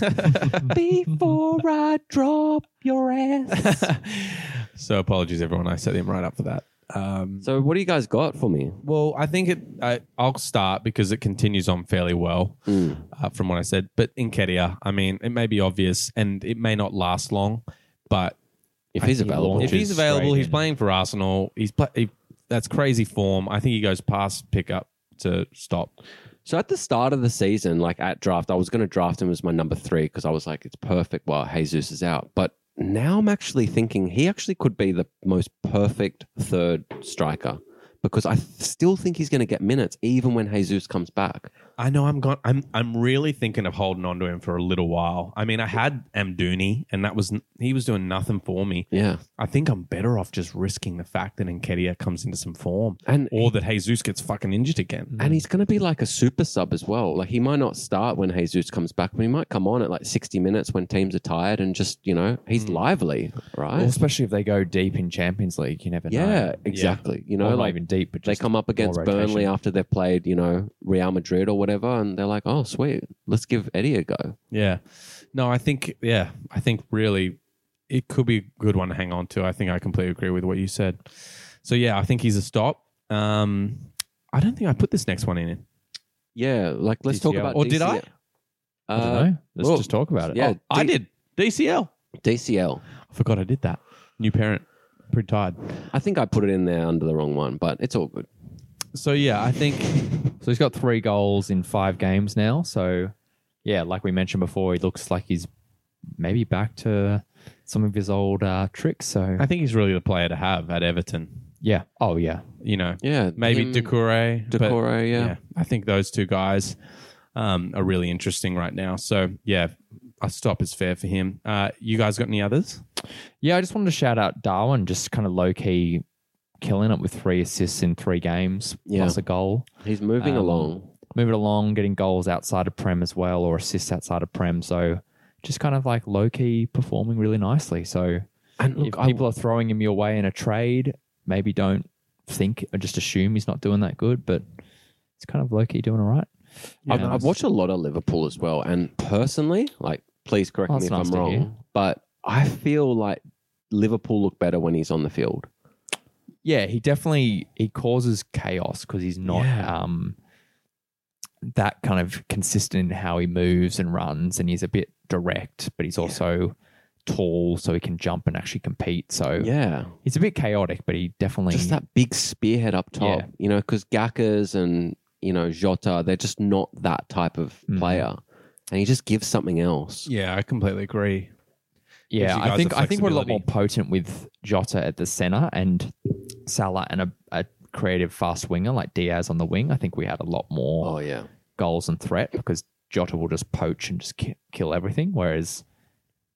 before I drop your ass.
so apologies, everyone. I set him right up for that. Um,
So what do you guys got for me?
well, I think it. I, I'll start because it continues on fairly well uh, from what I said. But Enkedia, I mean, it may be obvious and it may not last long, but
If he's
think he
if
available,
launches- Which
he's
is
available,
great,
he's
isn't it?
playing for Arsenal. He's play, he, that's crazy form. I think he goes past pickup to stop.
So at the start of the season, like at draft, I was going to draft him as my number three because I was like, it's perfect while Jesus is out. But now I'm actually thinking he actually could be the most perfect third striker because I th- still think he's going to get minutes even when Jesus comes back.
I know I'm gone. I'm I'm really thinking of holding on to him for a little while. I mean, I had Amdouni, and that was n- he was doing nothing for me.
Yeah.
I think I'm better off just risking the fact that Enkedia comes into some form,
And
or that Jesus gets fucking injured again.
and he's going to be like a super sub as well. Like he might not start when Jesus comes back, but he might come on at like 60 minutes when teams are tired and just, you know, he's lively,
Well,
right?
especially if they go deep in Champions League, you never know.
Yeah, exactly. You know,
Or not
like
even deep, but
they
just
come up against
more rotation.
Burnley after they've played, you know, Real Madrid or whatever, and they're like, oh, sweet, let's give Eddie a go.
Yeah, no, I think yeah, I think really it could be a good one to hang on to. I think I completely agree with what you said. So yeah, I think he's a stop. Um, I don't think I put this next one in.
Yeah, like let's talk
DCL.
about.
Or did
DCL.
I?
Uh,
I don't know. Let's
well,
just talk about it.
yeah.
Oh, I did DCL.
DCL.
I forgot I did that. New parent, pretty tired.
I think I put it in there under the wrong one, but it's all good.
So yeah, I think
So he's got three goals in five games now. So, yeah, like we mentioned before, he looks like he's maybe back to some of his old uh, tricks. So,
I think he's really the player to have at Everton.
yeah. Oh, yeah.
You know,
Yeah,
maybe
him,
Decore, but-
Decore, Mm. yeah.
I think those two guys um, are really interesting right now. So yeah, a stop is fair for him. Uh, you guys got any others?
Yeah, I just wanted to shout out Darwin, just kind of low key killing it with three assists in three games
Yeah.
plus a goal.
He's moving
Um,
along.
Moving along, getting goals outside of Prem as well, or assists outside of Prem. So, just kind of like low key performing really nicely. So,
And look,
if
I,
people are throwing him your way in a trade, maybe don't think or just assume he's not doing that good, but it's kind of low key doing all right.
I've,
Yeah.
I've watched a lot of Liverpool as well, and personally, like, please correct
Oh,
me
that's
if
nice
I'm
to
wrong,
hear.
but I feel like Liverpool look better when he's on the field.
Yeah, he definitely he causes chaos because he's not
Yeah.
um that kind of consistent in how he moves and runs and he's a bit direct, but he's also tall so he can jump and actually compete. So
Yeah.
he's a bit chaotic, but he definitely
just that big spearhead up top,
Yeah.
you know, because Gackers and you know Jota, they're just not that type of
Mhm.
player, and he just gives something else.
Yeah, I completely agree.
Yeah,
you guys
I think
the
I think we're a lot more
flexibility.
potent with Jota at the center and Salah and a, a creative fast winger like Diaz on the wing. I think we had a lot more
Oh yeah,
goals and threat because Jota will just poach and just ki- kill everything. Whereas,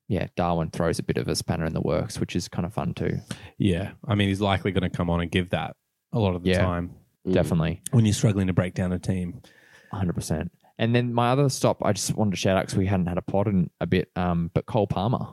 yeah, Darwin throws a bit of a spanner in the works, which is kind of fun too.
Yeah, I mean he's likely going to come on and give that a lot of the
Yeah.
time
Mm.
Definitely,
when you're struggling to break down a team.
one hundred percent. And then my other stop, I just wanted to shout out because we hadn't had a pod in a bit, um, but Cole Palmer.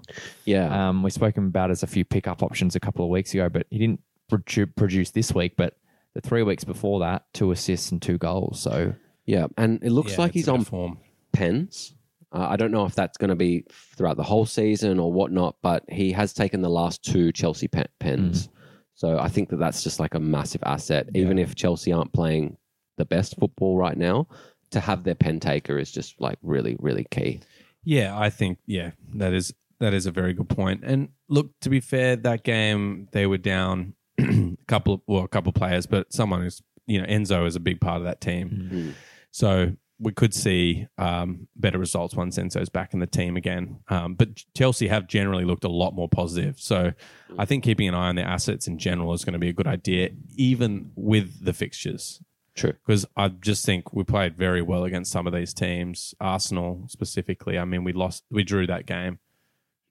yeah.
Um, we spoke about as a few pickup options a couple of weeks ago, but he didn't produ- produce this week. But the three weeks before that, two assists and two goals. So
yeah, and it looks
Yeah,
like
it's
he's
a bit
on
of form.
pens. Uh, I don't know if that's going to be throughout the whole season or whatnot, but he has taken the last two Chelsea pe- pens. So I think that that's just like a massive asset. Even if Chelsea aren't playing the best football right now, to have their pen taker is just like really, really key.
Yeah, I think yeah, that is that is a very good point. And look, to be fair, that game they were down a couple of well, a couple of players, but someone is you know Enzo is a big part of that team.
Mm.
So we could see um, better results once Enzo's back in the team again. Um, but Chelsea have generally looked a lot more positive. So I think keeping an eye on their assets in general is going to be a good idea, even with the fixtures
True.
because I just think we played very well against some of these teams. Arsenal specifically. I mean, we lost, we drew that game.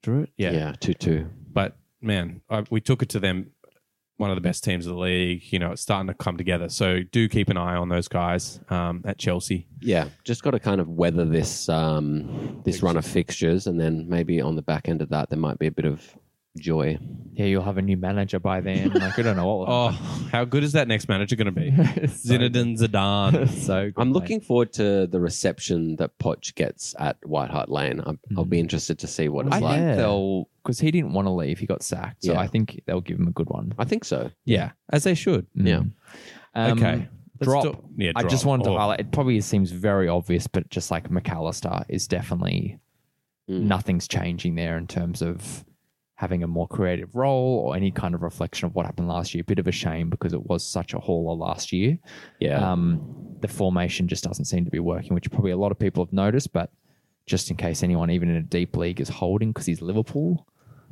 Drew it, yeah.
yeah two two.
But man, I, we took it to them. One of the best teams of the league. You know, it's starting to come together. So do keep an eye on those guys um, at Chelsea.
Yeah, just got to kind of weather this um, this run of fixtures, and then maybe on the back end of that, there might be a bit of Joy.
Yeah, you'll have a new manager by then. Like, I don't know what.
Oh, how good is that next manager going to be?
It's so-
Zinedine Zidane.
so good,
I'm
mate.
looking forward to the reception that Poch gets at White Hart Lane. I'm, I'll
Mm. Oh,
be interested to see what it's
I
like.
think
Yeah.
they'll because he didn't want to leave. He got sacked, so
Yeah.
I think they'll give him a good one.
I think so.
Yeah, as they should.
Mm.
Yeah.
Um,
okay. Let's
drop.
do- yeah,
I
drop.
just wanted to
Oh,
highlight. It probably seems very obvious, but just like McAllister is definitely
Mm.
nothing's changing there in terms of having a more creative role or any kind of reflection of what happened last year. Bit of a shame because it was such a hauler last year.
Yeah.
Um, the formation just doesn't seem to be working, which probably a lot of people have noticed. But just in case anyone, even in a deep league, is holding because he's Liverpool,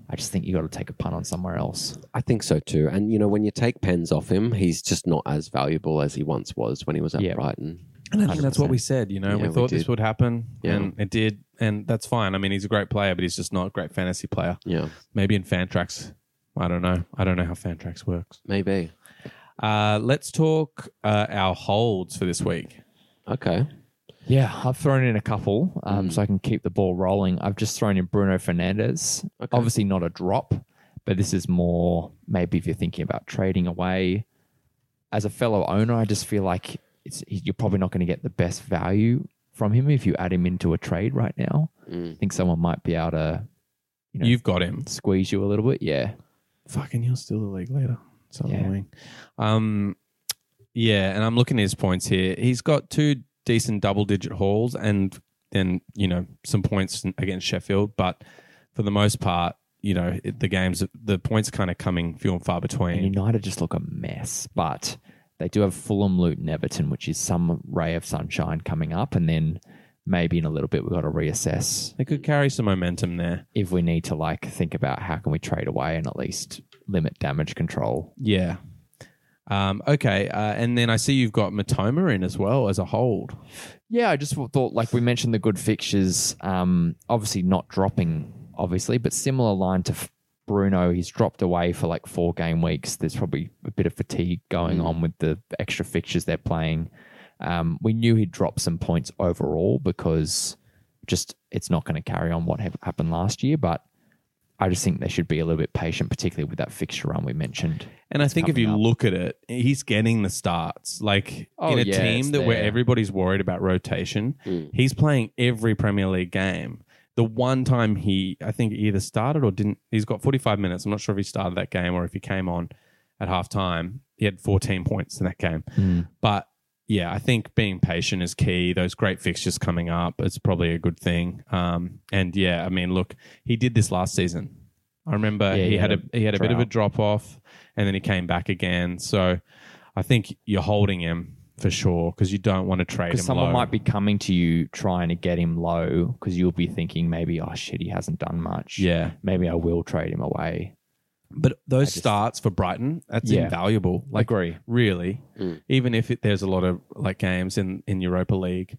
I just think you got to take a punt on somewhere else.
I think so too. And, you know, when you take pens off him, he's just not as valuable as he once was when he was at
Yeah.
Brighton.
And I think that's what we said. You know,
Yeah,
we
we
thought this
did.
would happen,
Yeah.
and it did, and that's fine. I mean, he's a great player, but he's just not a great fantasy player.
Yeah,
Maybe in Fantrax. I don't know. I don't know how Fantrax works.
maybe.
Uh, let's talk uh, our holds for this week.
Okay.
Yeah, I've thrown in a couple um,
Mm.
so I can keep the ball rolling. I've just thrown in Bruno Fernandez.
Okay.
Obviously, not a drop, but this is more maybe if you're thinking about trading away. As a fellow owner, I just feel like it's, you're probably not going to get the best value from him if you add him into a trade right now. I
Mm.
think someone might be able to You know.
You've got him.
squeeze you a little bit. Yeah.
Fucking, he'll steal the league later. So
Yeah.
annoying. Um, yeah, and I'm looking at his points here. He's got two decent double-digit hauls, and then you know some points against Sheffield, but for the most part, you know it, the games, the points are kind of coming few and far
And
between.
United just look a mess, but they do have Fulham, Luton, Everton, which is some ray of sunshine coming up. And then maybe in a little bit, we've got to reassess
They could carry some momentum there.
if we need to like think about how can we trade away and at least limit damage control.
Yeah. Um, okay, uh, and then I see you've got Matoma in as well as a hold.
Yeah, I just thought like we mentioned the good fixtures, um, obviously not dropping, obviously, but similar line to F- Bruno. He's dropped away for like four game weeks. There's probably a bit of fatigue going on with the extra fixtures they're playing. Um, we knew he'd drop some points overall because just it's not going to carry on what hap- happened last year, but. I just think they should be a little bit patient, particularly with that fixture run we mentioned.
And I think if you
coming up.
look at it, he's getting the starts. Like
Oh,
in a
yeah,
team
it's
that where
there. Hmm.
everybody's worried about rotation,
Mm.
he's playing every Premier League game. The one time he, I think, either started or didn't, he's got 45 minutes. I'm not sure if he started that game or if he came on at halftime. He had 14 points in that game. But yeah, I think being patient is key. Those great fixtures coming up, it's probably a good thing. Um, and yeah, I mean, look, he did this last season. I remember
Yeah,
he,
he
had,
had
a he had a bit of a
drought.
drop off, and then he came back again. So I think you're holding him for sure because you don't want to trade him.
Because someone
low.
might be coming to you trying to get him low because you'll be thinking maybe, oh shit, he hasn't done much.
yeah.
Maybe I will trade him away.
But those
just-
starts for Brighton, that's
Yeah.
invaluable. Like
Agree.
really,
Mm.
even if it, there's a lot of like games in in Europa League,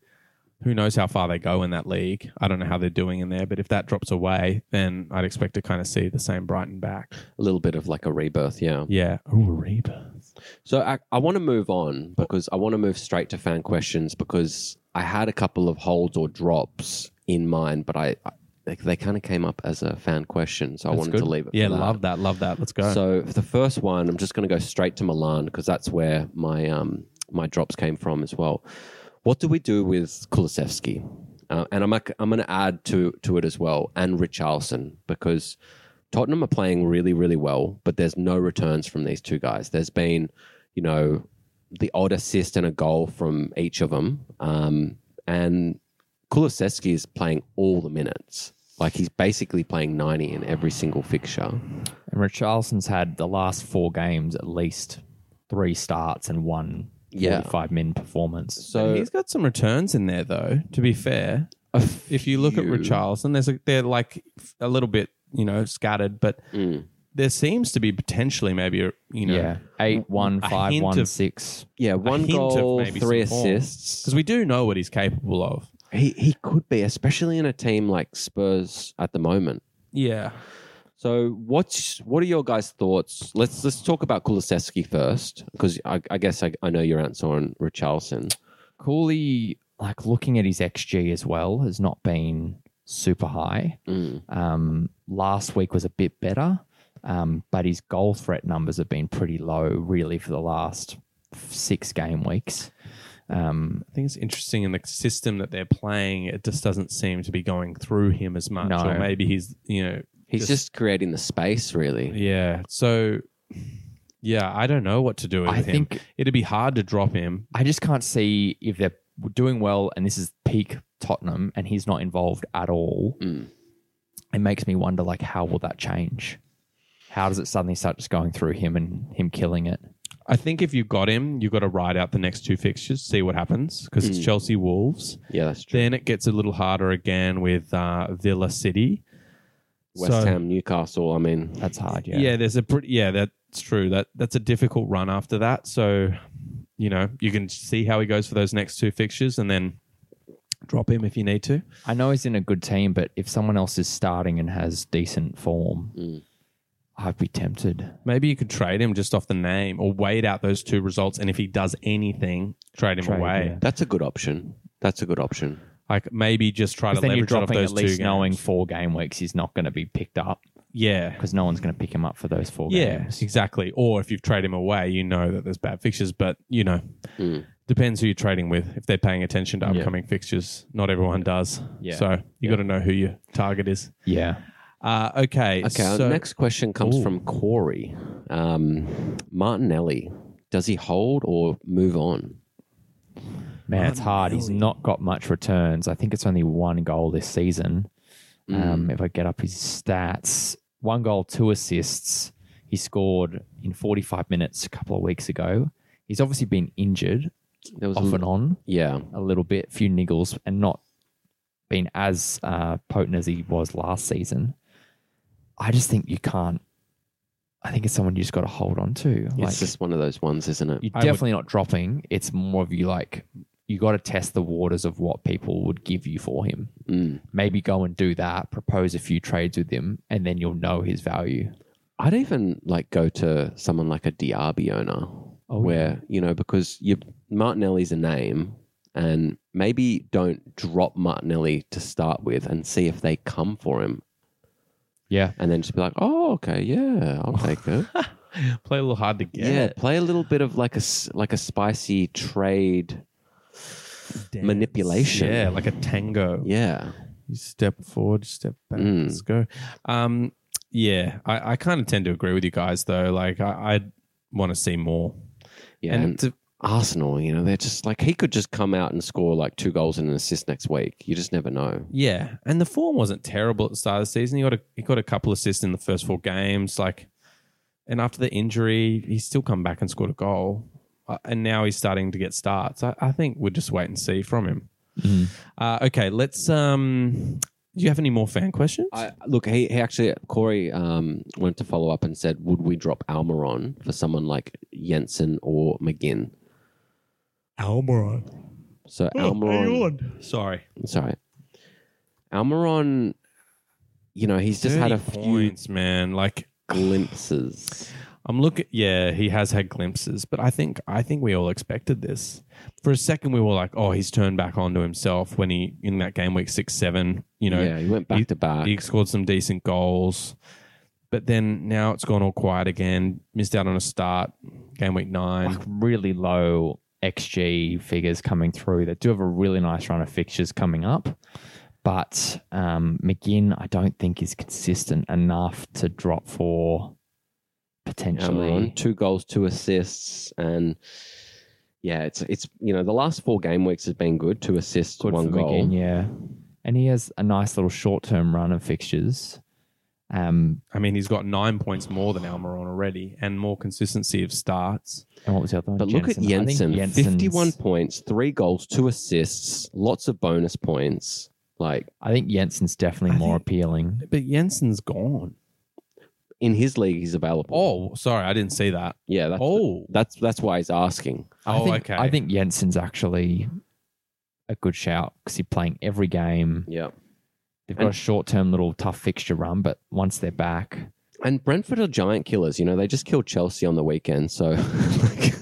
who knows how far they go in that league? I don't know how they're doing in there, but if that drops away, then I'd expect to kind of see the same Brighton back.
A little bit of like a rebirth, yeah.
Yeah. Ooh, a rebirth.
So I, I want to move on because I want to move straight to fan questions because I had a couple of holds or drops in mind, but I, I they, they kind of came up as a fan question, so I wanted to leave it.
Yeah,
for that.
love that. Love that. Let's go.
So for the first one, I'm just going to go straight to Milan because that's where my um, my drops came from as well. What do we do with Kulisevsky? Uh, and I'm ac- I'm going to add to to it as well and Richarlison because Tottenham are playing really really well, but there's no returns from these two guys. There's been you know the odd assist and a goal from each of them, um, and Kulisevsky is playing all the minutes. Like he's basically playing 90 in every single fixture.
And Richarlison's had the last four games at least three starts and one
Yeah.
45 min performance.
So
he's got some returns in there, though. To be fair, if you look at
few.
Richarlison, there's a, they're like a little bit, you know, scattered, but
Mm.
there seems to be potentially maybe, a, you know,
yeah. Eight, one,
Mm, a
five,
hint
one,
of-
six.
Yeah, one
hint of
goal,
maybe
three
some form.
assists.
because we do know what he's capable of.
He he could be, especially in a team like Spurs at the moment.
Yeah.
So what's what are your guys' thoughts? Let's let's talk about Kulisevsky first, because I, I guess I, I know your answer on Richarlison.
Cooley, like looking at his XG as well, has not been super high.
Mm.
Um, last week was a bit better. Um, but his goal threat numbers have been pretty low, really, for the last six game weeks. Um,
I think it's interesting in the system that they're playing. It just doesn't seem to be going through him as much,
No.
or maybe he's you know
He's just, creating the space, really.
yeah. So yeah, I don't know what to do with
I
him.
think
It'd be hard to drop him.
I just can't see if they're doing well and this is peak Tottenham and he's not involved at all.
Mm.
It makes me wonder, like, how will that change? How does it suddenly start just going through him and him killing it?
I think if you got him, you got to ride out the next two fixtures, see what happens, because it's
Mm.
Chelsea Wolves.
Yeah, that's true.
Then it gets a little harder again with uh, Villa City.
West
So-
Ham, Newcastle. I mean,
That's hard, yeah.
Yeah. there's a pretty yeah, that's true. That that's a difficult run after that. So, you know, you can see how he goes for those next two fixtures and then drop him if you need to.
I know he's in a good team, but if someone else is starting and has decent form,
Mm.
I'd be tempted.
Maybe you could trade him just off the name or wait out those two results and if he does anything, trade him
Trade,
away.
yeah.
that's a good option. That's a good option.
Like maybe just try to
Because then you're
leverage off
dropping
those
at least
two
knowing
games.
four game weeks he's not going to be picked up
Yeah.
because no one's going to pick him up for those four
Yeah,
games.
exactly. Or if you've traded him away, you know that there's bad fixtures, but you know,
Mm.
depends who you're trading with. If they're paying attention to
Yeah.
upcoming fixtures, not everyone does.
Yeah.
So you got to know who your target is.
Yeah.
Uh, okay.
Okay, our
so-
next question comes
Ooh.
from Corey. Um, Martinelli, does he hold or move on?
Man, it's hard. He's not got much returns. I think it's only one goal this season. Um, if I get up his stats, one goal, two assists. He scored in 45 minutes a couple of weeks ago. He's obviously been injured
There was
off and on
yeah,
a little bit, a few niggles, and not been as uh, potent as he was last season. I just think you can't. I think it's someone you just got to hold on to.
it's just one of those ones, isn't it?
You're
I would-
definitely not dropping. It's more of you like you got to test the waters of what people would give you for him.
Mm.
Maybe go and do that. Propose a few trades with him, and then you'll know his value.
I'd even like go to someone like a Diaby owner,
Oh,
where you know because you Martinelli's a name, and maybe don't drop Martinelli to start with, and see if they come for him,
yeah,
and then just be like, oh, okay, yeah, I'll take it.
play a little hard to get.
yeah, play a little bit of like a s- like a spicy trade.
Dance.
manipulation.
Yeah, like a tango.
Yeah.
You step forward, step back,
Mm.
let's go. Um, yeah, I, I kind of tend to agree with you guys though. Like I, I want to see more.
Yeah,
And
and
to-
Arsenal, you know, they're just like he could just come out and score like two goals and an assist next week. You just never know.
Yeah, and the form wasn't terrible at the start of the season. He got a he got a couple assists in the first four games. Like, and after the injury, he's still come back and scored a goal. Uh, and now he's starting to get starts. I, I think we'll just wait and see from him.
Mhm.
Uh, okay, let's. Um, do you have any more fan questions?
I, look, he, he actually Corey um, went to follow up and said, "Would we drop Almiron for someone like Jensen or McGinn?"
Almiron.
So Almiron,
Sorry,
sorry, Almiron, you know, he's just had a
Thirty
few
points, man. Like
glimpses.
I'm looking. Yeah, he has had glimpses, but I think I think we all expected this. For a second, we were like, "Oh, he's turned back onto himself." When he in that game week six seven, you know,
yeah, he went back to back.
Uh, he scored some decent goals, but then now it's gone all quiet again. Missed out on a start game week nine.
like really low xG figures coming through. They do have a really nice run of fixtures coming up, but um, McGinn I don't think is consistent enough to drop for potentially.
Almiron, two goals, two assists, and yeah, it's it's you know the last four game weeks has been good. Two assists,
Good
one
for
goal.
McGinn, yeah. And he has a nice little short term run of fixtures. Um,
I mean, he's got nine points more than Almiron already, and more consistency of starts.
and what was the other one?
But look at
I think
Jensen,
Jensen's-
fifty-one points, three goals, two assists, lots of bonus points. Like
I think Jensen's definitely
I
more
think-
appealing.
But Jensen's gone.
in his league, he's available.
Oh, sorry, I didn't see that.
yeah, that's,
oh,
that's that's why he's asking.
I
Oh,
think,
okay.
I think Jensen's actually a good shout because he's playing every game.
Yeah,
They've got a
And-
short term little tough fixture run, but once they're back,
and Brentford are giant killers. You know, they just killed Chelsea on the weekend. So like,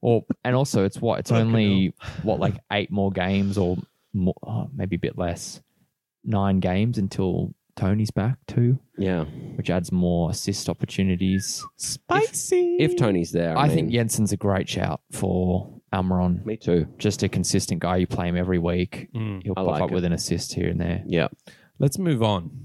or and also it's what it's
Fucking
only what like eight more games or more, oh, maybe a bit less, nine games until Tony's back too,
Yeah.
which adds more assist opportunities.
Spicy.
If Tony's there,
I,
I,
think
mean,
Jensen's a great shout for Amron.
Me too.
Just a consistent guy. You play him every week.
Mm.
He'll
I
pop
like
up
it.
with an assist here and there.
Yeah.
Let's move on.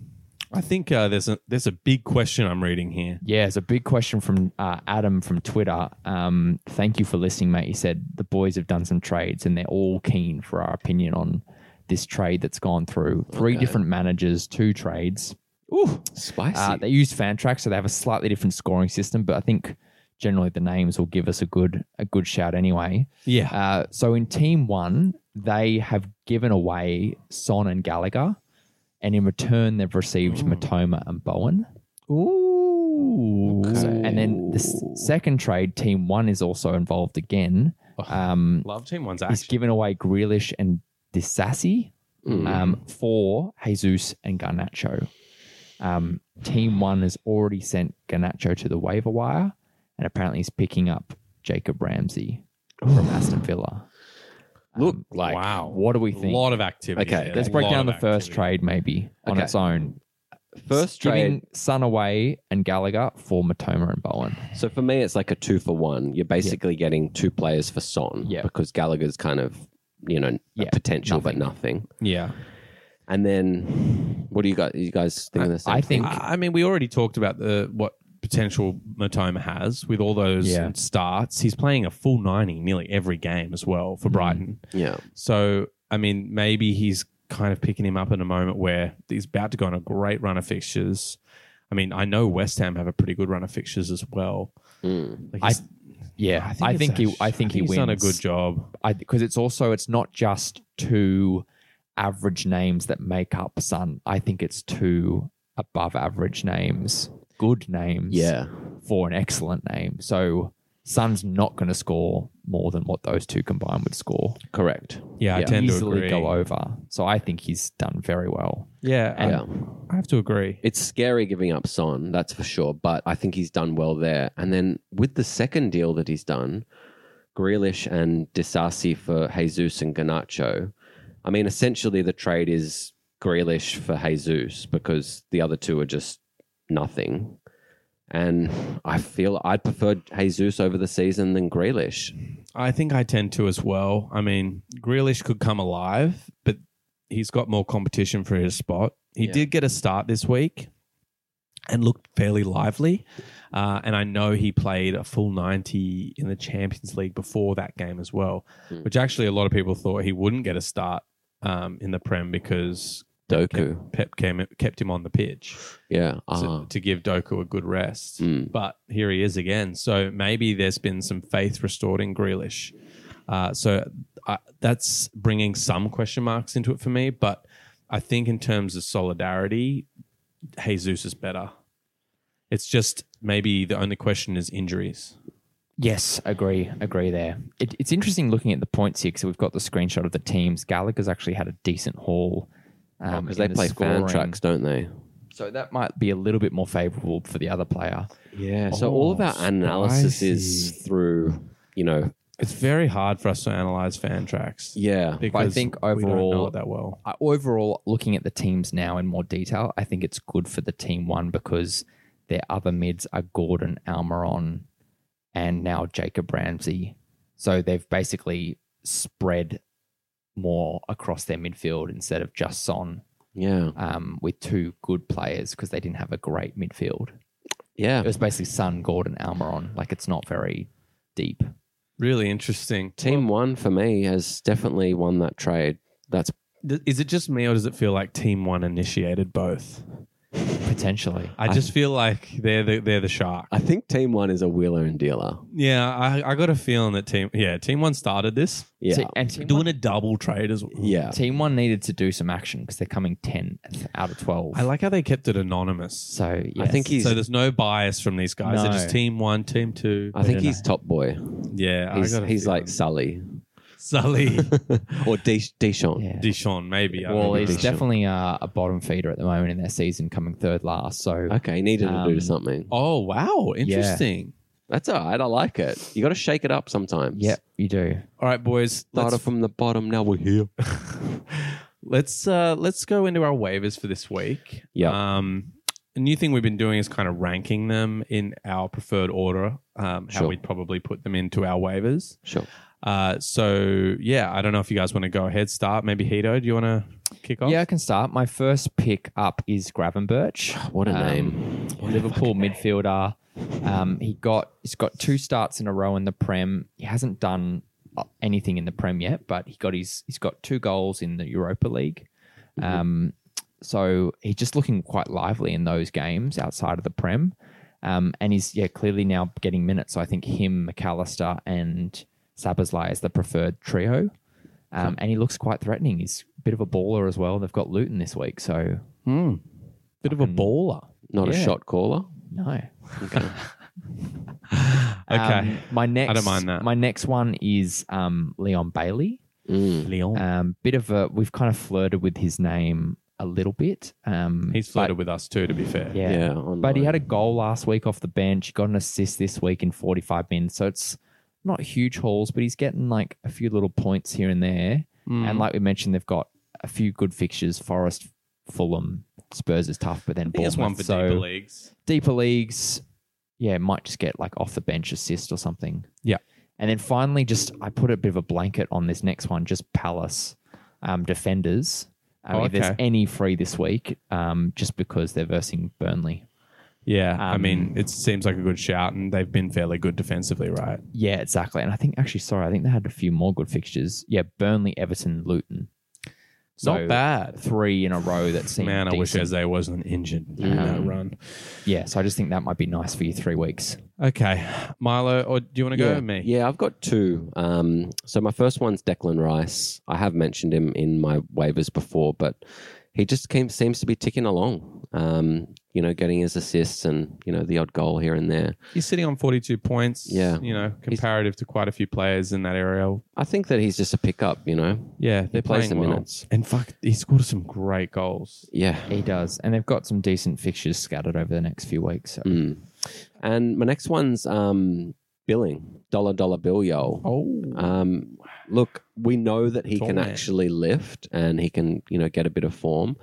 I think uh, there's a there's a big question I'm reading here.
Yeah, it's a big question from uh, Adam from Twitter. Um, thank you for listening, mate. He said the boys have done some trades and they're all keen for our opinion on this trade that's gone through. Three different managers, two trades.
Ooh, spicy.
Uh, they use Fantrax, so they have a slightly different scoring system, but I think generally the names will give us a good a good shout anyway.
Yeah.
Uh, so in team one, they have given away Son and Gallagher, and in return they've received Matoma and Bowen.
Ooh.
So, and then the s- second trade, team one is also involved again.
Oh,
Um,
Love Team One's
he's
action.
given away Grealish and Disassi
Mm.
Hmm.
um, for Jesus and Garnacho. Um, team one has already sent Garnacho to the waiver wire, and apparently he's picking up Jacob Ramsey from Aston Villa.
Look
um,
like
wow.
What do we
A
think?
lot of activity.
Okay,
there.
Let's
A
break
lot
down the
of
first
activity.
trade maybe on
Okay.
its own.
first trade.
Giving Sun away and Gallagher for Matoma and Bowen.
So for me, it's like a two for one. You're basically getting two players for Son
Yeah.
because Gallagher's kind of, you know,
Yeah,
potential but nothing.
Yeah.
And then, what do you guys? You guys think of the same?
I
thing?
think
I I mean, we already talked about the what potential Matoma has with all those
Yeah.
starts. He's playing a full 90 nearly every game as well
Mm.
for Brighton.
Yeah.
So, I mean, maybe he's kind of picking him up in a moment where he's about to go on a great run of fixtures. I mean, I know West Ham have a pretty good run of fixtures as well.
Mm.
Like
I-
he's-
Yeah, I
it's
think, he.
a-
I think he
he's
wins.
done a good job.
because it's also it's not just two average names that make up Sun. I think it's two above average names, good names,
Yeah.
for an excellent name. So Sun's not going to score more than what those two combined would score.
Correct.
Yeah, I
Yeah.
tend to
Easily
agree.
go over. So I think he's done very well.
Yeah, I,
yeah.
I have to agree.
It's scary giving up Son, that's for sure. But I think he's done well there. And then with the second deal that he's done, Grealish and Disasi for Jesus and Ganacho. I mean, essentially the trade is Grealish for Jesus because the other two are just nothing. And I feel I'd prefer Jesus over the season than Grealish.
I think I tend to as well. I mean, Grealish could come alive, but he's got more competition for his spot. He
Yeah.
did get a start this week and looked fairly lively. Uh, and I know he played a full 90 in the Champions League before that game as well,
Hmm.
which actually a lot of people thought he wouldn't get a start um, in the Prem because
Doku.
Pep came, kept him on the pitch
Yeah.
to,
Uh-huh.
Uh,
to give Doku a good rest.
Hmm.
mm.
But here he is again. So maybe there's been some faith restored in Grealish. Uh, so uh, that's bringing some question marks into it for me. But I think in terms of solidarity, Jesus is better. It's just maybe the only question is injuries.
Yes, agree, agree there. It, it's interesting looking at the points here because we've got the screenshot of the teams. Gallagher's actually had a decent haul um, because
Oh,
because they play fan tracks, don't they?
so that might be a little bit more favourable for the other player.
Yeah. So all of our
Oh,
analysis
spicy.
is through, you know,
It's very hard for us to analyze fan tracks.
yeah.
Because
think
we don't know
overall-
it that well.
I, overall, looking at the teams now in more detail, I think it's good for the team one because their other mids are Gordon Almiron and now Jacob Ramsey. So they've basically spread more across their midfield instead of just Son
Yeah.
um, with two good players because they didn't have a great midfield.
Yeah.
It was basically Sun, Gordon, Almiron. Like it's not very deep.
Really interesting.
Team one for me has definitely won that trade. That's
Th- Is it just me or does it feel like Team One initiated both?
Potentially.
I just feel like they're the, they're the shark.
I think team one is a wheeler and dealer.
Yeah, I, I got a feeling that team. Yeah, team one started this
Yeah.
See, and team
doing a double trade as well.
yeah.
Um, Team one needed to do some action because they're coming 10 out of 12.
I like how they kept it anonymous.
so, yes.
think he's-
So there's no bias from these guys. They're
No.
just team one, team two.
I think he's top boy.
yeah,
He's,
I got a
he's like
feeling.
Sully
Sully
or Desch- Deschamps.
Yeah.
Dishon, maybe. I
Well,
don't
he's
know.
definitely uh, a, a bottom feeder at the moment in their season, coming third last. So,
Okay, he needed to
Um,
do something.
oh wow, interesting.
That's all right. I like it. You got to shake it up sometimes.
yep, you do.
All right, boys.
Started
Let's,
from the bottom. Now we're here.
Let's uh, let's go into our waivers for this week.
Yep.
Um, a new thing we've been doing is kind of ranking them in our preferred order. Um, how
Sure.
we'd probably put them into our waivers.
Sure.
Uh, so yeah, I don't know if you guys want to go ahead, start. Maybe Hito, do you want to kick off?
Yeah, I can start. My first pick up is Gravenberch.
Oh,
What a
Um,
name.
Liverpool midfielder. Um, he got he's got two starts in a row in the Prem. He hasn't done uh, anything in the Prem yet, but he got his he's got two goals in the Europa League. Um, so he's just looking quite lively in those games outside of the Prem, um, and he's yeah clearly now getting minutes. So I think him, McAllister, and Sabazlai is the preferred trio, um, and he looks quite threatening. He's a bit of a baller as well. They've got Luton this week, so
Bit of a baller.
Not a
yeah.
shot caller.
no.
Okay.
Um, my next,
don't mind that.
My next one is um, Leon Bailey.
Mm.
Leon.
Um, bit of a, we've kind of flirted with his name a little bit. Um,
He's flirted with us too, to be fair.
but- yeah,
Yeah, online.
but he had a goal last week off the bench. He got an assist this week in 45 minutes, so it's not huge hauls, but he's getting like a few little points here and there.
Mm. Hmm.
And like we mentioned, they've got a few good fixtures: Forest, Fulham, Spurs is tough, but then
I think
Bournemouth.
it's one for
so
deeper leagues.
deeper leagues, yeah, might just get like off the bench assist or something.
Yeah.
And then finally, just I put a bit of a blanket on this next one, just Palace um, defenders. Um,
Oh,
If there's
okay.
any free this week, um, just because they're versing Burnley.
Yeah, I
Um,
mean, it seems like a good shout, and they've been fairly good defensively, right?
Yeah, exactly. And I think actually, sorry, I think they had a few more good fixtures. Yeah, Burnley, Everton, Luton, So-
Not bad.
three in a row that seem
Man, I wish
decent.
Eze wasn't injured during that
Um,
run.
yeah. So I just think that might be nice for you three weeks.
Okay, Milo, or do you want to go
yeah.
with me?
Yeah, I've got two. Um, so my first one's Declan Rice. I have mentioned him in my waivers before, but he just came, seems to be ticking along. Um, you know, getting his assists and you know the odd goal here and there.
He's sitting on 42 points.
Yeah.
You know, comparative to quite a few players in that area.
I think that he's just a pickup. You know,
Yeah, they're
plays
playing
the
well.
minutes.
And fuck, he scored some great goals.
yeah.
He does, and they've got some decent fixtures scattered over the next few weeks. So
Mm. And my next one's um, billing dollar dollar bill yo.
Oh,
Um, look, we know that he
Tall
can
man.
actually lift and he can, you know, get a bit of form.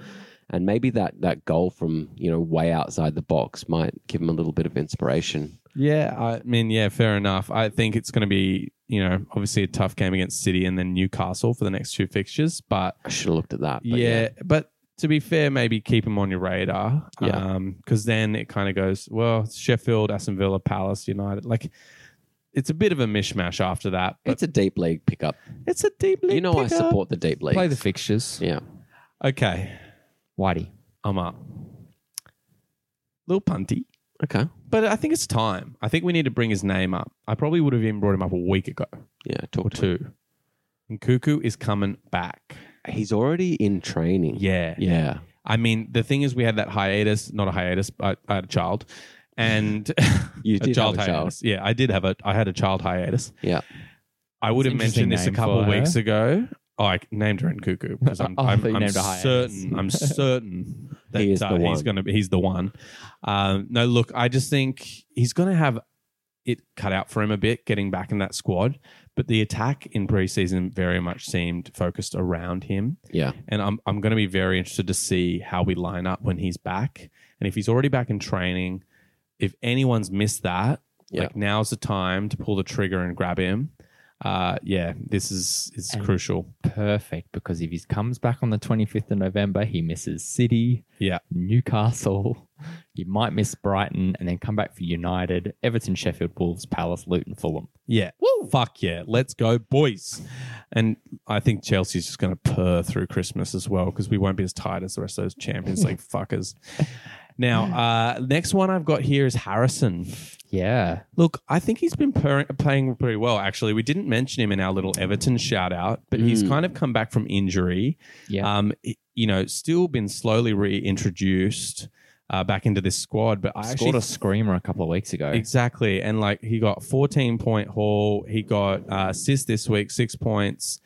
And maybe that, that goal from, you know, way outside the box might give him a little bit of inspiration.
yeah. I mean, yeah, fair enough. I think it's going to be, you know, obviously a tough game against City and then Newcastle for the next two fixtures, but
I should have looked at that. but
yeah, but to be fair, maybe keep them on your radar.
Yeah.
Because then it kind of goes, well, it's Sheffield, Aston Villa, Palace, United. Like, it's a bit of a mishmash after that. But
It's a deep league pickup.
it's a deep league.
You know, I
pickup.
support the deep league.
play the fixtures,
yeah.
Okay,
Whitey.
I'm up. Little punty.
Okay.
But I think it's time. I think we need to bring his name up. I probably would have even brought him up a week ago
Yeah.
or
Talk to
two. And Cuckoo is coming back.
He's already in training.
Yeah.
Yeah.
I mean, the thing is, we had that hiatus, not a hiatus, but I had a child. And
You did have a child.
hiatus. Yeah, I did have a, I had a child hiatus.
Yeah.
I would
It's
have
an
mentioned this a
interesting
couple
name
of
for
weeks ago. Oh, I named her in Cuckoo because I'm,
Oh, I
I'm,
thought you
I'm
named a hiatus.
certain, I'm certain that
He is the
uh, he's
one.
going to be, he's the one. Um, no, look, I just think he's going to have it cut out for him a bit getting back in that squad. But the attack in preseason very much seemed focused around him.
Yeah.
And I'm, I'm going to be very interested to see how we line up when he's back. And if he's already back in training, if anyone's missed that,
Yeah.
like now's the time to pull the trigger and grab him. Uh, yeah, this is is
And-
crucial.
perfect because if he comes back on the 25th of November, he misses City,
Yeah.
Newcastle, you might miss Brighton, and then come back for United, Everton, Sheffield, Wolves, Palace, Luton, Fulham.
Yeah. Woo! Fuck yeah. Let's go, boys. And I think Chelsea's just going to purr through Christmas as well because we won't be as tight as the rest of those Champions League fuckers. Now, uh, next one I've got here is Harrison.
Yeah.
Look, I think he's been per- playing pretty well, actually. We didn't mention him in our little Everton shout out, but he's
Mm.
kind of come back from injury.
Yeah.
Um, i- you know, still been slowly reintroduced uh, back into this squad, but I
Scored
actually
a screamer a couple of weeks ago.
Exactly. And like he got 14 point haul. He got uh, assist this week, six points.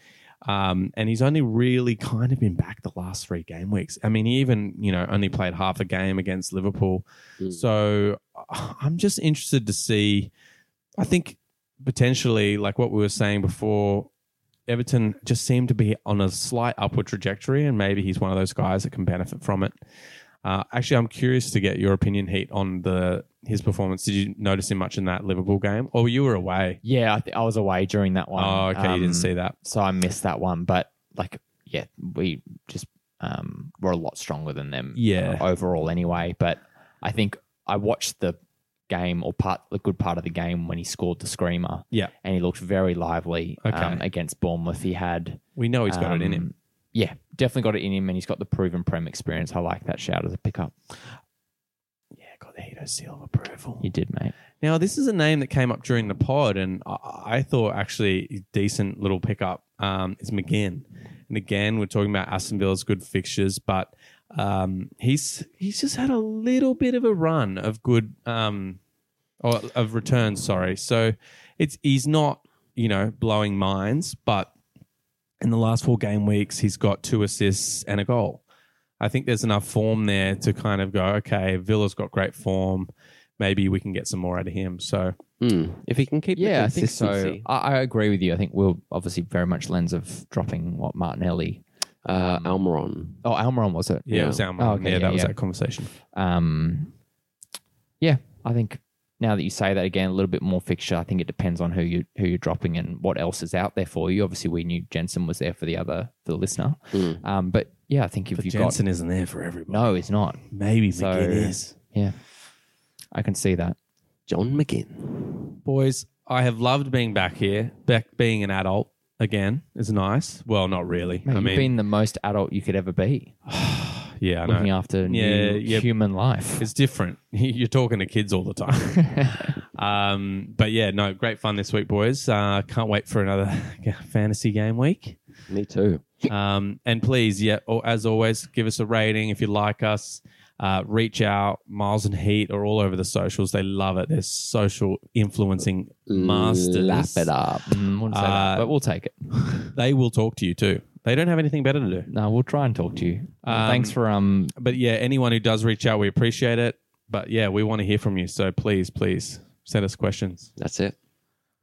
Um, and he's only really kind of been back the last three game weeks. I mean, he even, you know, only played half a game against Liverpool.
Mm.
So uh, I'm just interested to see. I think potentially, like what we were saying before, Everton just seem to be on a slight upward trajectory, and maybe he's one of those guys that can benefit from it. Uh, actually, I'm curious to get your opinion, Heat, on the his performance. Did you notice him much in that Liverpool game? Or you were away?
Yeah, I, th- I was away during that one.
Oh, okay, you
Um,
didn't see that.
So I missed that one, but like, yeah, we just um, were a lot stronger than them.
Yeah.
uh, overall, anyway. But I think I watched the game or part the good part of the game when he scored the screamer.
Yeah.
and he looked very lively
Okay.
um, against Bournemouth. He had
We know he's got it in
um,
him.
Yeah, definitely got it in him, and he's got the proven prem experience. I like that shout as a pickup.
Yeah, got the Hito seal of approval.
You did, mate.
Now, this is a name that came up during the pod, and I, I thought actually decent little pickup um, is McGinn. And again, we're talking about Aston Villa's good fixtures, but um, he's he's just had a little bit of a run of good um, or of returns. Sorry, so it's he's not you know blowing minds, but in the last four game weeks, he's got two assists and a goal. I think there's enough form there to kind of go, okay, Villa's got great form maybe we can get some more out of him. So
Mm. If he can keep
Yeah, I
the
think
consistency.
so. I, I agree with you. I think we'll obviously very much lens of dropping what Martinelli.
Uh,
Um,
Almiron.
Oh, Almiron was it?
yeah,
Yeah.
it was our
Oh, okay,
yeah,
yeah,
that was
yeah.
that conversation.
Um, yeah, I think now that you say that again, a little bit more fixture. I think it depends on who you who you're dropping and what else is out there for you. Obviously, we knew Jensen was there for the other for the listener.
Mm.
Um, but yeah, I think if
But
you
Jensen isn't there for everybody.
got no, it's not.
Maybe
So-
McGinn is.
I can see that.
John McGinn.
Boys, I have loved being back here. Back being an adult again is nice. Well, not really.
Mate,
I
you've
mean,
been the most adult you could ever be,
yeah, I know.
looking after
Yeah,
new
yeah.
human life.
It's different. You're talking to kids all the time. um, but yeah, no, great fun this week, boys. Uh, can't wait for another fantasy game week.
Me too.
Um, and please, yeah, al- as always, give us a rating if you like us. Uh, reach out. Miles and Heat are all over the socials. They love it. They're social influencing masters.
Lap it up.
Mm, wouldn't say
Uh,
that, but we'll take it.
They will talk to you too. They don't have anything better to do.
No, we'll try and talk to you.
Um,
Thanks for um.
But yeah, anyone who does reach out, we appreciate it. But yeah, we want to hear from you. So please, please send us questions.
That's it.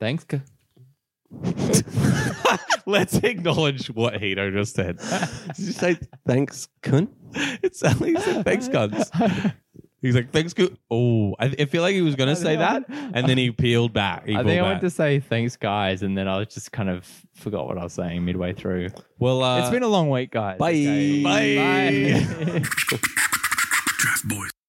Thanks. c-
Let's acknowledge what Hito just said.
Did you say thanks, cunt?
It's he said thanks, guns. He's like thanks, good. Oh, I, I feel like he was gonna say that, and then he peeled back. He
I
pulled
think I
back.
went to say thanks, guys, and then I just kind of forgot what I was saying midway through.
Well, uh,
it's been a long week, guys.
Bye.
Okay.
Bye.
Bye.